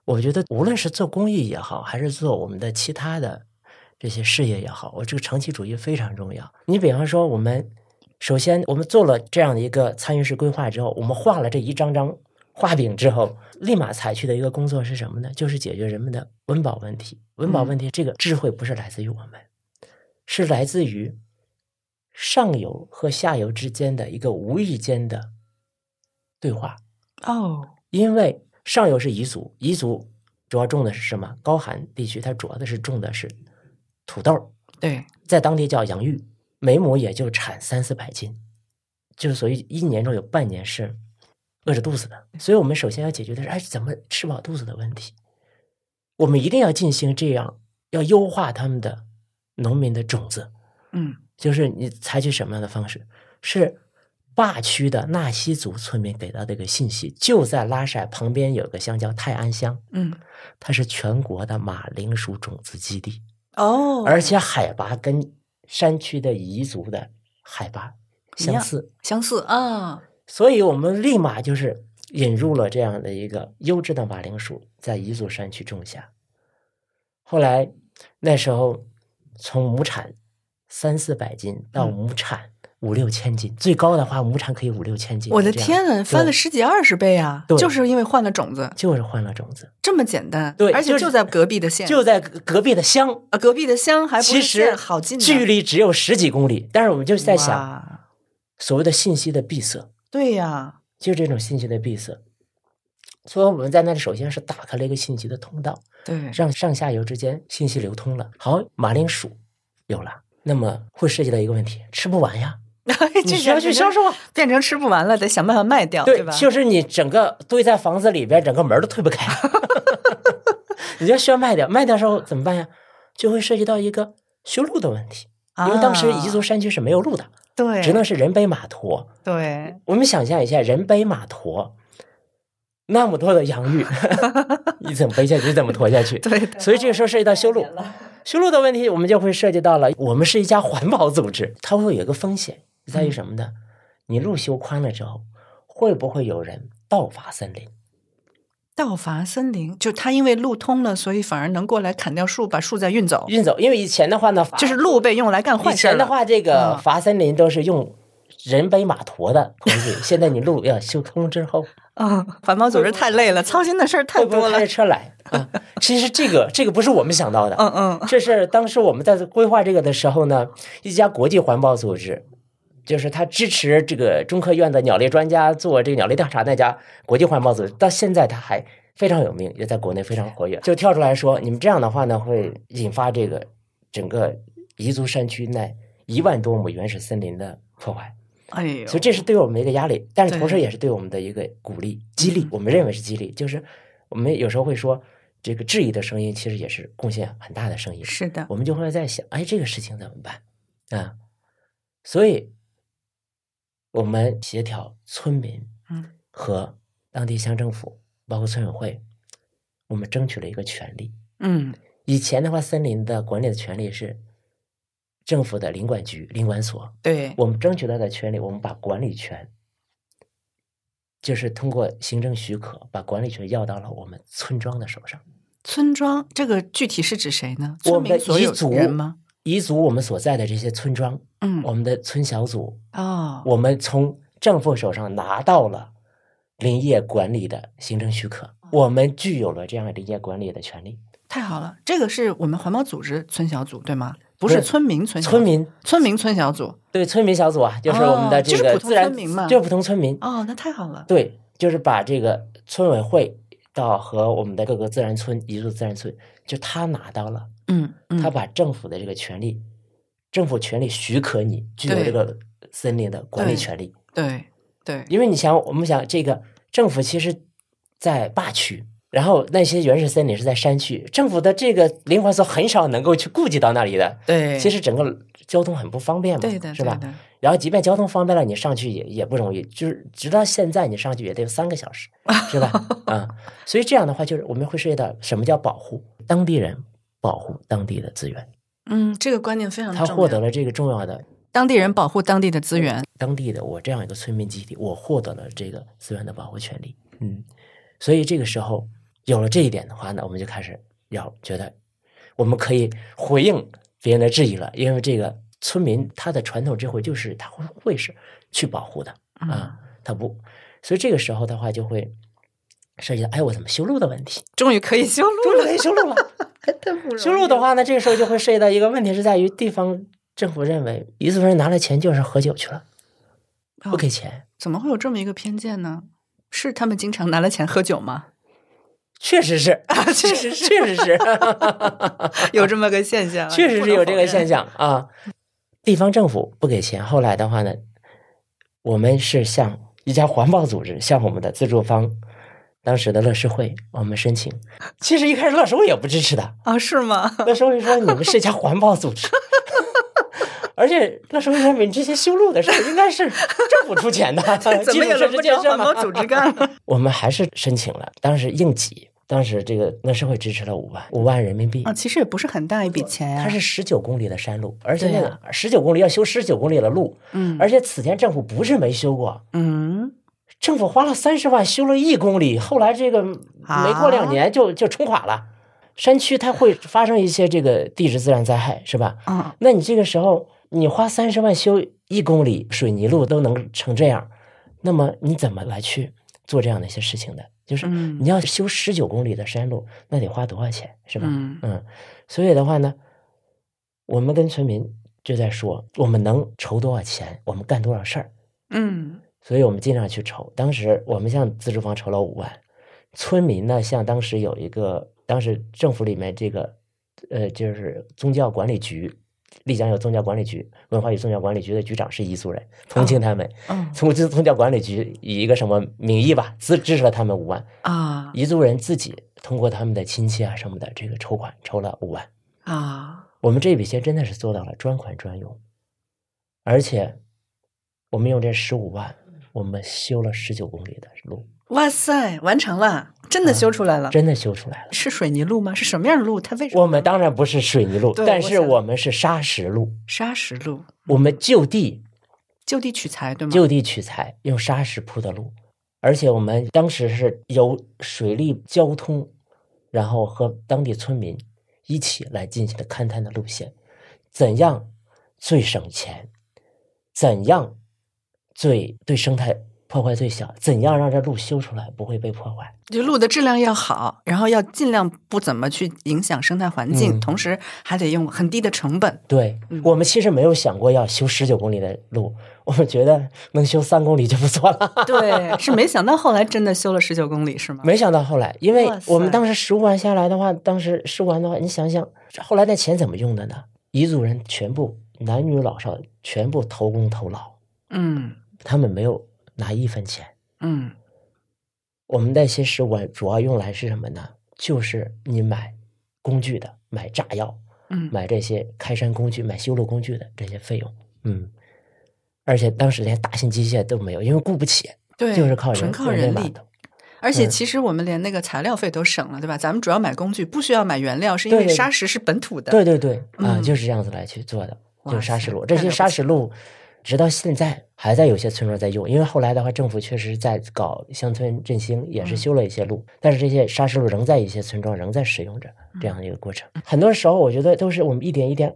Speaker 2: 我觉得无论是做公益也好，还是做我们的其他的这些事业也好，我这个长期主义非常重要。你比方说，我们首先我们做了这样的一个参与式规划之后，我们画了这一张张画饼之后，立马采取的一个工作是什么呢？就是解决人们的温饱问题。温饱问题这个智慧不是来自于我们，是来自于上游和下游之间的一个无意间的对话。
Speaker 1: 哦，
Speaker 2: 因为上游是彝族，彝族主要种的是什么？高寒地区，它主要的是种的是土豆儿，
Speaker 1: 对，
Speaker 2: 在当地叫洋芋，每亩也就产三四百斤，就是所以一年中有半年是饿着肚子的。所以我们首先要解决的是，哎，怎么吃饱肚子的问题。我们一定要进行这样，要优化他们的农民的种子，
Speaker 1: 嗯
Speaker 2: 就是你采取什么样的方式？是坝区的纳西族村民给到的一个信息，就在拉萨旁边有个乡叫泰安乡，
Speaker 1: 嗯，
Speaker 2: 它是全国的马铃薯种子基地，
Speaker 1: 哦，
Speaker 2: 而且海拔跟山区的彝族的海拔相似，
Speaker 1: 相似啊，
Speaker 2: 所以我们立马就是引入了这样的一个优质的马铃薯，在彝族山区种下。后来那时候从亩产三四百斤到
Speaker 1: 嗯
Speaker 2: 亩产五六千斤，最高的话亩产可以五六千斤。
Speaker 1: 我的
Speaker 2: 这样
Speaker 1: 天呐，啊翻了十几二十倍啊！
Speaker 2: 对
Speaker 1: 就是因为换了种子，
Speaker 2: 就是换了种子，
Speaker 1: 这么简单，
Speaker 2: 对
Speaker 1: 而且
Speaker 2: 就
Speaker 1: 就在隔壁的县，
Speaker 2: 就在隔隔壁的乡，
Speaker 1: 啊，隔壁的乡还不
Speaker 2: 其
Speaker 1: 是
Speaker 2: 实
Speaker 1: 县好近呢，
Speaker 2: 距离只有十几公里，但是我们就在想
Speaker 1: 哇，
Speaker 2: 所谓的信息的闭塞，
Speaker 1: 对呀、
Speaker 2: 就这种信息的闭塞。所以我们在那里首先是打开了一个信息的通道，
Speaker 1: 对，
Speaker 2: 让上下游之间信息流通了。好，马铃薯有了，那么会涉及到一个问题，吃不完呀，你
Speaker 1: 哎这
Speaker 2: 需要
Speaker 1: 个
Speaker 2: 去销售啊。
Speaker 1: 变成吃不完了，得想办法卖掉，
Speaker 2: 对
Speaker 1: 吧？
Speaker 2: 就是你整个堆在房子里边，整个门都推
Speaker 1: *laughs*
Speaker 2: 不开，你就需要卖掉。卖掉之后怎么办呀？就会涉及到一个修路的问题，因为当时彝族
Speaker 1: 啊、
Speaker 2: 山区是没有路的，
Speaker 1: 对，
Speaker 2: 只能是人背马驮。
Speaker 1: 对，
Speaker 2: 我们想象一下，人背马驮，那么多的洋
Speaker 1: *laughs*
Speaker 2: 芋，你怎么背下去？你怎么驮下去？
Speaker 1: 对的，
Speaker 2: 所以这个时候涉及到修路
Speaker 1: 太难了，
Speaker 2: 修路的问题，我们就会涉及到了。我们是一家环保组织，它会有一个风险在于什么呢？你路修宽了之后，会不会有人盗伐森林？
Speaker 1: 盗伐森林，就他因为路通了，所以反而能过来砍掉树，把树再运走，
Speaker 2: 运走？因为以前的话呢，
Speaker 1: 就是路被用来干
Speaker 2: 以
Speaker 1: 坏事儿
Speaker 2: 前
Speaker 1: 了
Speaker 2: 的，话，这个
Speaker 1: 嗯
Speaker 2: 伐森林都是用人背马驮的 *laughs* 工具，现在你路要修通之后， *laughs*
Speaker 1: 嗯，环保组织太累了，操心的事儿太
Speaker 2: 会不
Speaker 1: 多
Speaker 2: 会
Speaker 1: 了
Speaker 2: 开着，车来啊？其实这个这个不是我们想到
Speaker 1: *laughs*
Speaker 2: 的，
Speaker 1: 嗯
Speaker 2: *laughs*
Speaker 1: 嗯，
Speaker 2: 这是当时我们在规划这个的时候呢，一家国际环保组织，就是他支持这个中科院的鸟类专家做这个鸟类调查那家国际环保组织，到现在他还非常有名，也在国内非常活跃，就跳出来说，你们这样的话呢，会引发这个整个彝族山区内一万多亩原始森林的破坏。
Speaker 1: 哎呦，
Speaker 2: 所以这是对我们的一个压力，但是同时
Speaker 1: 对
Speaker 2: 也是对我们的一个鼓励、激励。我们认为是激励，就是我们有时候会说，这个质疑的声音其实也是贡献很大的声音。
Speaker 1: 是的，
Speaker 2: 我们就会在想，哎，这个事情怎么办啊？所以，我们协调村民
Speaker 1: 嗯
Speaker 2: 和当地乡政府，包括村委会，我们争取了一个权利。
Speaker 1: 嗯，
Speaker 2: 以前的话，森林的管理的权利是政府的林管局、林管所，
Speaker 1: 对，
Speaker 2: 我们争取到的权利，我们把管理权，就是通过行政许可，把管理权要到了我们村庄的手上。
Speaker 1: 村庄这个具体是指谁呢？
Speaker 2: 我
Speaker 1: 村
Speaker 2: 们的
Speaker 1: 民所有
Speaker 2: 彝族
Speaker 1: 人吗？？
Speaker 2: 彝族我们所在的这些村庄，
Speaker 1: 嗯，
Speaker 2: 我们的村小组，
Speaker 1: 哦，
Speaker 2: 我们从政府手上拿到了林业管理的行政许可，
Speaker 1: 哦
Speaker 2: 我们具有了这样林业管理的权利。
Speaker 1: 太好了，这个是我们环保组织村小组对吗？不
Speaker 2: 不
Speaker 1: 是
Speaker 2: 是
Speaker 1: 村民村小
Speaker 2: 村
Speaker 1: 组
Speaker 2: 民
Speaker 1: 村民村小组
Speaker 2: 对村民小组啊，就是我们的
Speaker 1: 哦
Speaker 2: 这
Speaker 1: 就是
Speaker 2: 个
Speaker 1: 普通
Speaker 2: 自然，
Speaker 1: 村民嘛
Speaker 2: 就是普通村民。
Speaker 1: 哦，那太好了。
Speaker 2: 对，就是把这个村委会到和我们的各个自然村、彝族自然村，就他拿到了，
Speaker 1: 嗯，嗯
Speaker 2: 他把政府的这个权利，政府权利许可你具有
Speaker 1: 对
Speaker 2: 这个森林的管理
Speaker 1: 对
Speaker 2: 权利。
Speaker 1: 对对，
Speaker 2: 因为你想，我们想这个政府其实，在坝区，然后那些原始森林是在山区，政府的这个灵活所很少能够去顾及到那里的。
Speaker 1: 对，
Speaker 2: 其实整个交通很不方便嘛，
Speaker 1: 对的，
Speaker 2: 是吧？
Speaker 1: 对的
Speaker 2: 然后即便交通方便了，你上去也也不容易，就是直到现在你上去也得有三个
Speaker 1: *laughs*
Speaker 2: 小时，是吧？啊、所以这样的话，就是我们会涉及到什么叫保护当地人，保护当地的资源，
Speaker 1: 嗯，这个观念非常
Speaker 2: 他
Speaker 1: 重要。
Speaker 2: 获得了这个重要的
Speaker 1: 当地人保护当地的资源，
Speaker 2: 当地的我这样一个村民集体，我获得了这个资源的保护权利。嗯，所以这个时候有了这一点的话呢，我们就开始要觉得我们可以回应别人的质疑了，因为这个村民他的传统智慧就是他会会是去保护的
Speaker 1: 嗯
Speaker 2: 啊，他不，所以这个时候的话就会涉及到哎，我怎么修路的问 *laughs* 题，
Speaker 1: 终于可以修路
Speaker 2: 终于可以修路了。
Speaker 1: 了。
Speaker 2: *laughs* 修路的，话呢，这个时候就会涉及到一个问题，是在于地方政府认为彝族人拿了钱就是喝酒去了，不给钱。
Speaker 1: 怎么会有这么一个偏见呢？是他们经常拿了钱喝酒吗？
Speaker 2: 确实是，
Speaker 1: 啊确实是
Speaker 2: 确实
Speaker 1: *laughs*
Speaker 2: 是，
Speaker 1: 有这么个现象，啊
Speaker 2: *laughs* 确实是有这个现
Speaker 1: 象。
Speaker 2: 象啊。地方政府不给钱，后来的话呢，我们是向一家环保组织，向我们的自助方，当时的乐施会，我们
Speaker 1: *laughs*
Speaker 2: 申请。其实一开始乐施会也不支持的，
Speaker 1: 啊，是
Speaker 2: *laughs*
Speaker 1: 吗？
Speaker 2: 乐施会说你们是一家环保
Speaker 1: *laughs*
Speaker 2: 组织，而且乐施会说你们这些修路的事儿应该是政府出钱的，
Speaker 1: *laughs* 怎
Speaker 2: 基
Speaker 1: 么
Speaker 2: 础
Speaker 1: 也
Speaker 2: 设
Speaker 1: 轮
Speaker 2: 施
Speaker 1: 不
Speaker 2: 建
Speaker 1: 着
Speaker 2: 设
Speaker 1: 环
Speaker 2: 嘛
Speaker 1: 保组织
Speaker 2: *laughs*
Speaker 1: 干了？
Speaker 2: 我们还是申请了，当时应急，当时这个乐施会支持了五万五万人民币
Speaker 1: 啊，其实也不是很大一笔钱啊呀。
Speaker 2: 它是十九公里的山路，而且那
Speaker 1: 对啊
Speaker 2: 个十九公里要修十九公里的路，
Speaker 1: 嗯
Speaker 2: 而且此前政府不是没修过，
Speaker 1: 嗯，
Speaker 2: 政府花了三十万修了一公里，后来这个
Speaker 1: 啊
Speaker 2: 没过两年就就冲垮了。山区它会发生一些这个地质自然灾害，是吧？
Speaker 1: 啊，
Speaker 2: 那你这个时候你花三十万修一公里水泥路都能成这样，那么你怎么来去做这样的一些事情的？就是
Speaker 1: 嗯
Speaker 2: 你要修十九公里的山路，那得花多少钱，是吧？
Speaker 1: 嗯
Speaker 2: 嗯，所以的话呢，我们跟村民就在说，我们能筹多少钱，我们干多少事儿，
Speaker 1: 嗯
Speaker 2: 所以我们尽量去筹。当时我们向自治方筹了五万，村民呢向当时有一个，当时政府里面这个，呃，就是宗教管理局，丽江有宗教管理局，文化与宗教管理局的局长是彝族人，同情他们，
Speaker 1: 嗯
Speaker 2: *laughs* 从宗宗教管理局以一个什么名义吧，支支持了他们五万，
Speaker 1: 啊
Speaker 2: 彝族人自己通过他们的亲戚啊什么的，这个筹款筹了五万。
Speaker 1: 啊，
Speaker 2: 我们这笔钱真的是做到了专款专用，而且我们用这十五万，我们修了十九公里的路，
Speaker 1: 哇塞，完成了，真的修出来了。
Speaker 2: 真的修出来了。
Speaker 1: 是水泥路吗？是什么样的路？它为什么
Speaker 2: 嗯我们当然不是水泥路，
Speaker 1: 对
Speaker 2: 但
Speaker 1: 我
Speaker 2: 是
Speaker 1: 想
Speaker 2: 我们是砂石路，
Speaker 1: 砂石路？
Speaker 2: 我们就地
Speaker 1: 就地取材，对吗？
Speaker 2: 就地取材，用砂石铺的路，而且我们当时是由水利交通，然后和当地村民一起来进行的勘探的路线，怎样最省钱，怎样最对生态破坏最小，怎样让这路修出来不会被破坏。
Speaker 1: 就路的质量要好，然后要尽量不怎么去影响生态环境，
Speaker 2: 嗯
Speaker 1: 同时还得用很低的成本。
Speaker 2: 对
Speaker 1: 嗯
Speaker 2: 我们其实没有想过要修十九公里的路，我们觉得能修三公里就不错了。
Speaker 1: 对，是没想到后来真的修了十九公里，是吗？
Speaker 2: 没想到后来，因为
Speaker 1: 哇塞
Speaker 2: 我们当时十五万下来的话，当时十五万的话，你想想，后来那钱怎么用的呢？彝族人全部男女老少全部投工投劳，
Speaker 1: 嗯
Speaker 2: 他们没有拿一分钱。
Speaker 1: 嗯
Speaker 2: 我们那些十五万主要用来是什么呢？就是你买工具的，买炸药，
Speaker 1: 嗯，
Speaker 2: 买这些开山工具、买修路工具的这些费用。嗯，而且当时连大型机械都没有，因为雇不起，
Speaker 1: 对，
Speaker 2: 就是靠人
Speaker 1: 纯靠
Speaker 2: 人
Speaker 1: 人
Speaker 2: 力
Speaker 1: 力
Speaker 2: 码。头
Speaker 1: 而且
Speaker 2: 嗯
Speaker 1: 其实我们连那个材料费都省了，对吧？咱们主要买工具，不需要买原料，是因
Speaker 2: 对
Speaker 1: 为
Speaker 2: 对
Speaker 1: 砂石是本土的。
Speaker 2: 对对对，啊，
Speaker 1: 嗯
Speaker 2: 就是这样子来去做的，
Speaker 1: 哇
Speaker 2: 就是砂石
Speaker 1: 塞
Speaker 2: 路。
Speaker 1: 太
Speaker 2: 这
Speaker 1: 了
Speaker 2: 些
Speaker 1: 不
Speaker 2: 砂
Speaker 1: 起
Speaker 2: 石路，直到现在还在有些村庄在用，因为后来的话，政府确实在搞乡村振兴，也是
Speaker 1: 嗯
Speaker 2: 修了一些路，但是这些砂石路仍在一些村庄仍在使用着这样的一个过程。很多时候，我觉得都是我们一点一点。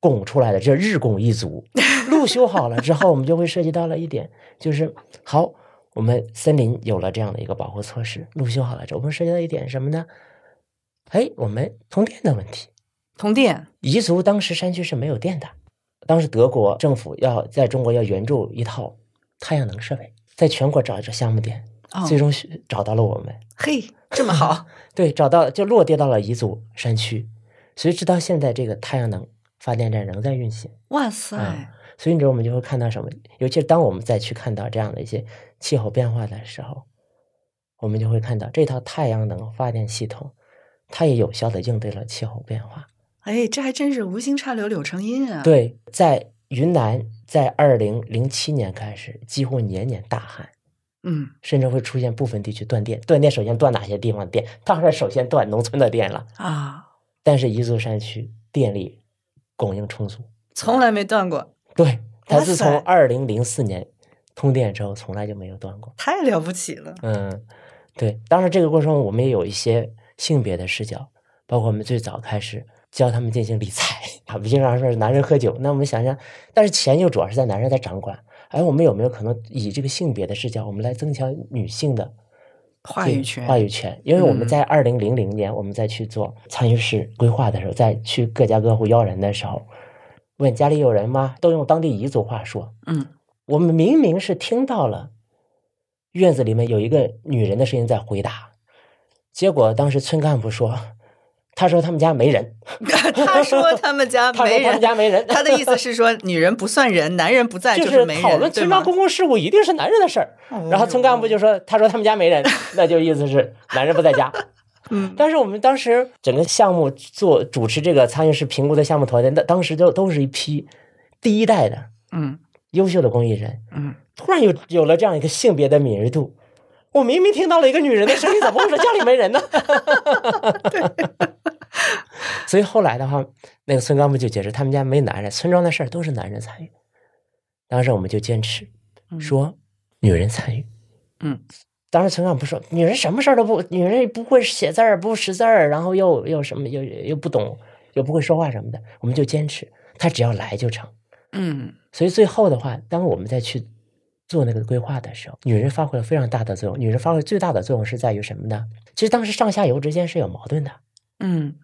Speaker 2: 拱出来的，这日拱一卒。路修好了之后，我们就会涉及到了一点，就是好，我们森林有了这样的一个保护措施，路修好了之后，我们涉及到一点什么呢？哎，我们通电的问题。
Speaker 1: 通电，
Speaker 2: 彝族当时山区是没有电的，当时德国政府要在中国要援助一套太阳能设备，在全国找一找项目点，
Speaker 1: 哦，
Speaker 2: 最终是找到了我们，
Speaker 1: 嘿，这么
Speaker 2: *laughs*
Speaker 1: 好，
Speaker 2: 对，找到就落地到了彝族山区，所以直到现在这个太阳能发电站仍在运行。
Speaker 1: 哇塞，
Speaker 2: 嗯所以你知道我们就会看到什么？尤其是当我们再去看到这样的一些气候变化的时候，我们就会看到这套太阳能发电系统，它也有效的应对了气候变化。
Speaker 1: 哎，这还真是无心插柳柳成荫啊！，
Speaker 2: 对，在云南，在二零零七年开始，几乎年年大旱，
Speaker 1: 嗯，
Speaker 2: 甚至会出现部分地区断电。断电首先断哪些地方的电？当然首先断农村的电了。
Speaker 1: 啊，
Speaker 2: 但是彝族山区电力供应充足，
Speaker 1: 从来没断过，
Speaker 2: 对，它
Speaker 1: 哇
Speaker 2: 自
Speaker 1: 塞
Speaker 2: 从二零零四年通电之后，从来就没有断过。
Speaker 1: 太了不起了。
Speaker 2: 嗯，对。当然，这个过程中我们也有一些性别的视角，包括我们最早开始教他们进行理财啊，我们经常说是男人喝酒，那我们想想，但是钱又主要是在男人在掌管，哎，我们有没有可能以这个性别的视角，我们来增强女性的
Speaker 1: 话
Speaker 2: 这
Speaker 1: 语
Speaker 2: 个
Speaker 1: 权
Speaker 2: 话语权，因为我们
Speaker 1: 嗯
Speaker 2: 在二零零零年，我们再去做参与式规划的时候，再去各家各户邀人的时候，问家里有人吗？都用当地彝族话说，
Speaker 1: 嗯， *laughs*
Speaker 2: 我们明明是听到了院子里面有一个女人的声音在回答，结果当时村干部说，他说他们家没人，
Speaker 1: 他说他们家
Speaker 2: *laughs* 他说
Speaker 1: 啊没
Speaker 2: 他们
Speaker 1: 人，
Speaker 2: 家没
Speaker 1: *laughs*
Speaker 2: 人，
Speaker 1: 他的意思是说女人不算人，男人不在
Speaker 2: 就是
Speaker 1: 没
Speaker 2: 讨论
Speaker 1: 人，对
Speaker 2: 村庄
Speaker 1: 吗？嗯
Speaker 2: 公共事务一定是男人的事儿。然后村干部就说，他说他们家没人，那就意思是男人不在
Speaker 1: *laughs*
Speaker 2: 家。
Speaker 1: 嗯
Speaker 2: 但是我们当时整个项目做主持这个参与式评估的项目团队，那当时就都是一批第一代的
Speaker 1: 嗯
Speaker 2: 优秀的公益人，
Speaker 1: 嗯，
Speaker 2: 突然有有了这样一个性别的敏锐度。我明明听到了一个女人的声音，怎么会说家里没人呢？ *laughs* 所以后来的话，那个村干部就解释，他们家没男人，村庄的事儿都是男人参与。当时我们就坚持
Speaker 1: 嗯
Speaker 2: 说，女人参与。
Speaker 1: 嗯，
Speaker 2: 当时村干部说，女人什么事儿都不，女人也不会写字儿，不识字儿，然后又又什么又又不懂，又不会说话什么的，我们就坚持，她只要来就成。
Speaker 1: 嗯
Speaker 2: 所以最后的话，当我们再去做那个规划的时候，女人发挥了非常大的作用。女人发挥最大的作用是在于什么呢？其实当时上下游之间是有矛盾的。
Speaker 1: 嗯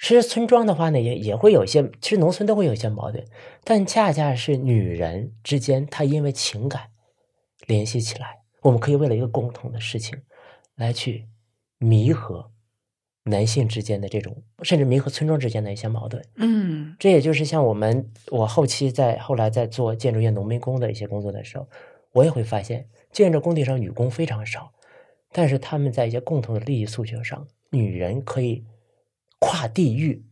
Speaker 2: 其实村庄的话呢，也也会有一些，其实农村都会有一些矛盾，但恰恰是女人之间，她因为情感联系起来，我们可以为了一个共同的事情来去弥合男性之间的这种，甚至弥合村庄之间的一些矛盾。
Speaker 1: 嗯
Speaker 2: 这也就是像我们我后期在后来在做建筑业农民工的一些工作的时候，我也会发现，建筑工地上女工非常少，但是他们在一些共同的利益诉求上，女人可以跨地域，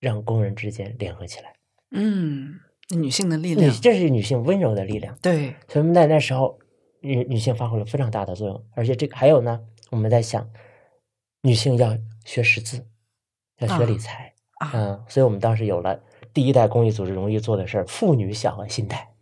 Speaker 2: 让工人之间联合起来。
Speaker 1: 嗯，女性的力
Speaker 2: 女
Speaker 1: 量，
Speaker 2: 这是女性温柔的力量，
Speaker 1: 对，
Speaker 2: 所以在那时候，女女性发挥了非常大的作用。而且这个还有呢，我们在想，女性要学识字，要学
Speaker 1: 啊
Speaker 2: 理财。
Speaker 1: 啊，
Speaker 2: 嗯，所以我们当时有了第一代公益组织容易做的事儿——妇女小额信贷。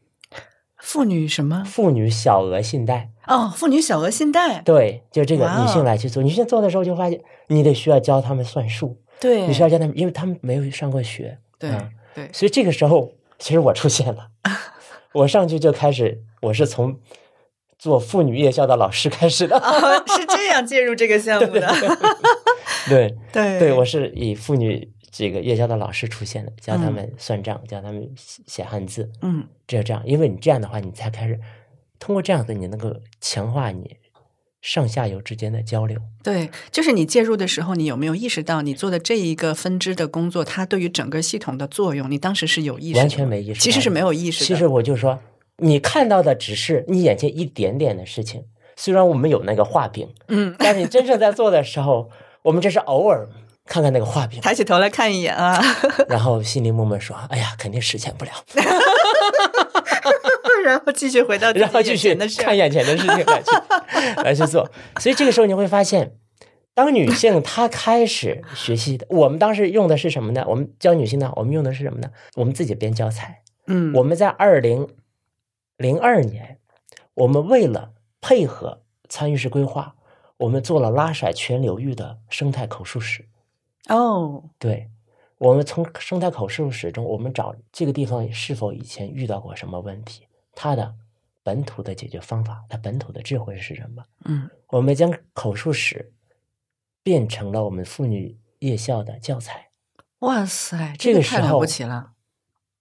Speaker 1: 妇女什么？
Speaker 2: 妇女小额信贷，
Speaker 1: 哦，妇女小额信贷，
Speaker 2: 对，就这个
Speaker 1: 哇哦
Speaker 2: 女性来去做。女性做的时候就发现，你得需要教她们算数，
Speaker 1: 对
Speaker 2: 你需要教她们，因为她们没有上过学，
Speaker 1: 对
Speaker 2: 嗯
Speaker 1: 对，
Speaker 2: 所以这个时候其实我出现
Speaker 1: *laughs*
Speaker 2: 了，我上去就开始，我是从做妇女夜校的老师开
Speaker 1: *laughs*
Speaker 2: 始的。
Speaker 1: 啊，是这样介入这个项目的，
Speaker 2: 对，
Speaker 1: 对
Speaker 2: 对我是以妇女这个夜校的老师出现的，教她们算账，教她们写写汉字，
Speaker 1: 嗯
Speaker 2: 只有这样，因为你这样的话，你才开始通过这样子，你能够强化你上下游之间的交流。
Speaker 1: 对，就是你介入的时候，你有没有意识到你做的这一个分支的工作，它对于整个系统的作用？你当时是有意识的吗，
Speaker 2: 完全没意识到
Speaker 1: 其实是没有意识的。
Speaker 2: 其实我就说，你看到的只是你眼前一点点的事情。虽然我们有那个画饼，
Speaker 1: 嗯，
Speaker 2: 但是你真正在做的时候， *laughs* 我们只是偶尔看看那个
Speaker 1: *laughs*
Speaker 2: 画饼，
Speaker 1: 抬起头来看一眼啊，
Speaker 2: 然后心里默默说：“哎呀，肯定实现不了。
Speaker 1: 然后继续回到”自己
Speaker 2: 然后继
Speaker 1: 眼
Speaker 2: 续
Speaker 1: 前的事儿
Speaker 2: 看眼前的事情
Speaker 1: *laughs*
Speaker 2: 来去来去做。所以这个时候你会发现，当女性她开始学习的，我们当时用的是什么呢？我们教女性呢，我们用的是什么呢？我们自己编教材。
Speaker 1: 嗯，
Speaker 2: 我们在二零零二年，我们为了配合参与式规划，我们做了拉甩全流域的生态口述史。
Speaker 1: 哦，
Speaker 2: 对，我们从生态口述史中，我们找这个地方是否以前遇到过什么问题，它的本土的解决方法，它本土的智慧是什么？
Speaker 1: 嗯
Speaker 2: 我们将口述史变成了我们妇女夜校的教材。
Speaker 1: 哇塞，
Speaker 2: 这
Speaker 1: 这
Speaker 2: 个
Speaker 1: 个
Speaker 2: 时
Speaker 1: 太了
Speaker 2: 候
Speaker 1: 不起了。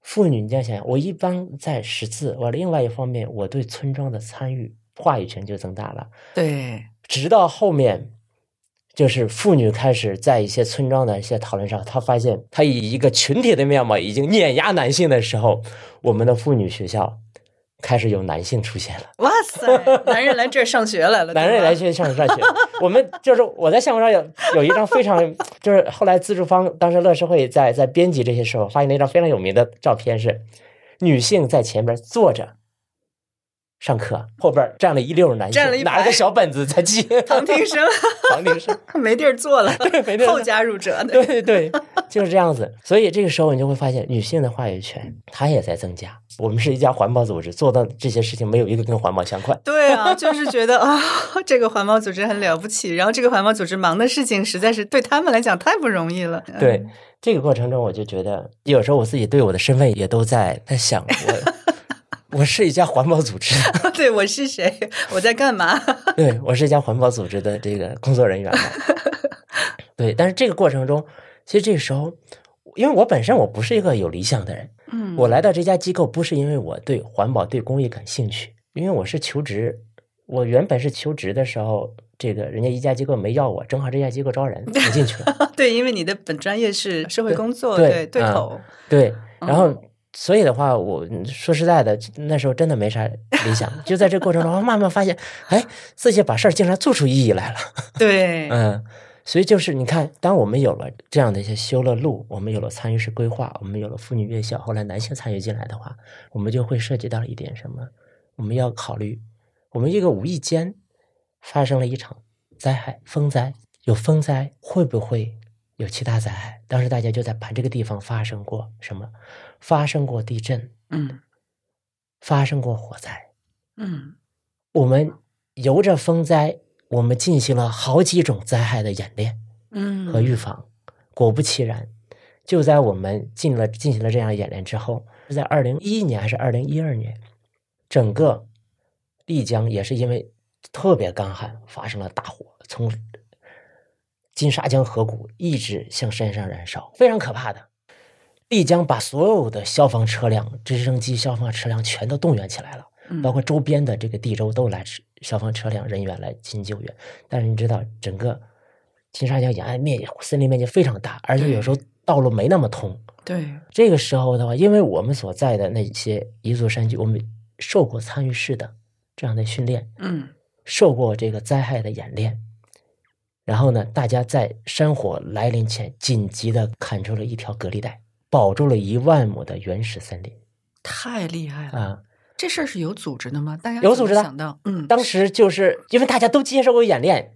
Speaker 2: 妇女，你这样想想，我一般在识字，我另外一方面，我对村庄的参与话语权就增大了。
Speaker 1: 对，
Speaker 2: 直到后面，就是妇女开始在一些村庄的一些讨论上，她发现她以一个群体的面貌已经碾压男性的时候，我们的妇女学校开始有男性出现了。
Speaker 1: 哇塞，男人来这儿上学来了，
Speaker 2: *laughs* 男人也来
Speaker 1: 对吧
Speaker 2: 去上上学，我们就是我在项目上有有一张非常，就是后来自助方当时乐视会在在编辑这些时候发现了一张非常有名的照片是，女性在前边坐着上课，后边站了一溜儿男性
Speaker 1: 站了一，排
Speaker 2: 拿了个小本子在记
Speaker 1: 旁听生
Speaker 2: 旁听生，
Speaker 1: *laughs* 没地儿坐了，
Speaker 2: 没地儿坐
Speaker 1: *laughs* 后加入者的，
Speaker 2: 对对，就是这样子。所以这个时候你就会发现，女性的话语权它也在增加。我们是一家环保组织，做到这些事情没有一个跟环保相关。
Speaker 1: 对啊，就是觉得啊、这个环保组织很了不起，然后这个环保组织忙的事情实在是对他们来讲太不容易了。嗯
Speaker 2: 对，这个过程中，我就觉得有时候我自己对我的身份也都在在想，我我是一家环保组织，
Speaker 1: *laughs* 对，我是谁？我在干嘛？
Speaker 2: 对我是一家环保组织的这个工作人员嘛。对，但是这个过程中，其实这时候，因为我本身我不是一个有理想的人，
Speaker 1: 嗯，
Speaker 2: 我来到这家机构不是因为我对环保、对公益感兴趣，因为我是求职，我原本是求职的时候，这个人家一家机构没要我，正好这家机构招人，我进去了。
Speaker 1: 对，因为你的本专业是社会工作，
Speaker 2: 对
Speaker 1: 对
Speaker 2: 对嗯
Speaker 1: 口，
Speaker 2: 对，然后
Speaker 1: 嗯
Speaker 2: 所以的话，我嗯说实在的，那时候真的没啥理想，就在这过程中， *laughs* 我慢慢发现，哎，自己把事儿竟然做出意义来了，
Speaker 1: 对，
Speaker 2: 嗯。所以就是你看，当我们有了这样的一些修了路，我们有了参与式规划，我们有了妇女院校，后来男性参与进来的话，我们就会涉及到一点什么？我们要考虑，我们这个无意间发生了一场灾害，风灾，有风灾会不会有其他灾害？当时大家就在盘这个地方发生过什么？发生过地震，
Speaker 1: 嗯
Speaker 2: 发生过火灾。
Speaker 1: 嗯，
Speaker 2: 我们由着风灾，我们进行了好几种灾害的演练。
Speaker 1: 嗯
Speaker 2: 和预防。果不其然，就在我们进了进行了这样演练之后，是在二零一一年还是二零一二年，整个丽江也是因为特别干旱，发生了大火，从金沙江河谷一直向山上燃烧，非常可怕的。丽江把所有的消防车辆、直升机消防车辆全都动员起来了。
Speaker 1: 嗯
Speaker 2: 包括周边的这个地州都来吃消防车辆人员来进行救援。但是你知道，整个金沙江沿岸面积森林面积非常大，而且有时候道路没那么通。
Speaker 1: 对，
Speaker 2: 这个时候的话，因为我们所在的那些彝族山区，我们受过参与式的这样的训练，
Speaker 1: 嗯
Speaker 2: 受过这个灾害的演练。然后呢，大家在山火来临前紧急的砍出了一条隔离带，保住了一万亩的原始森林
Speaker 1: 太厉害了，
Speaker 2: 啊。
Speaker 1: 这事儿是有组织的吗？大家
Speaker 2: 有
Speaker 1: 怎么
Speaker 2: 组织的
Speaker 1: 想到，嗯，
Speaker 2: 当时就是因为大家都接受过演练，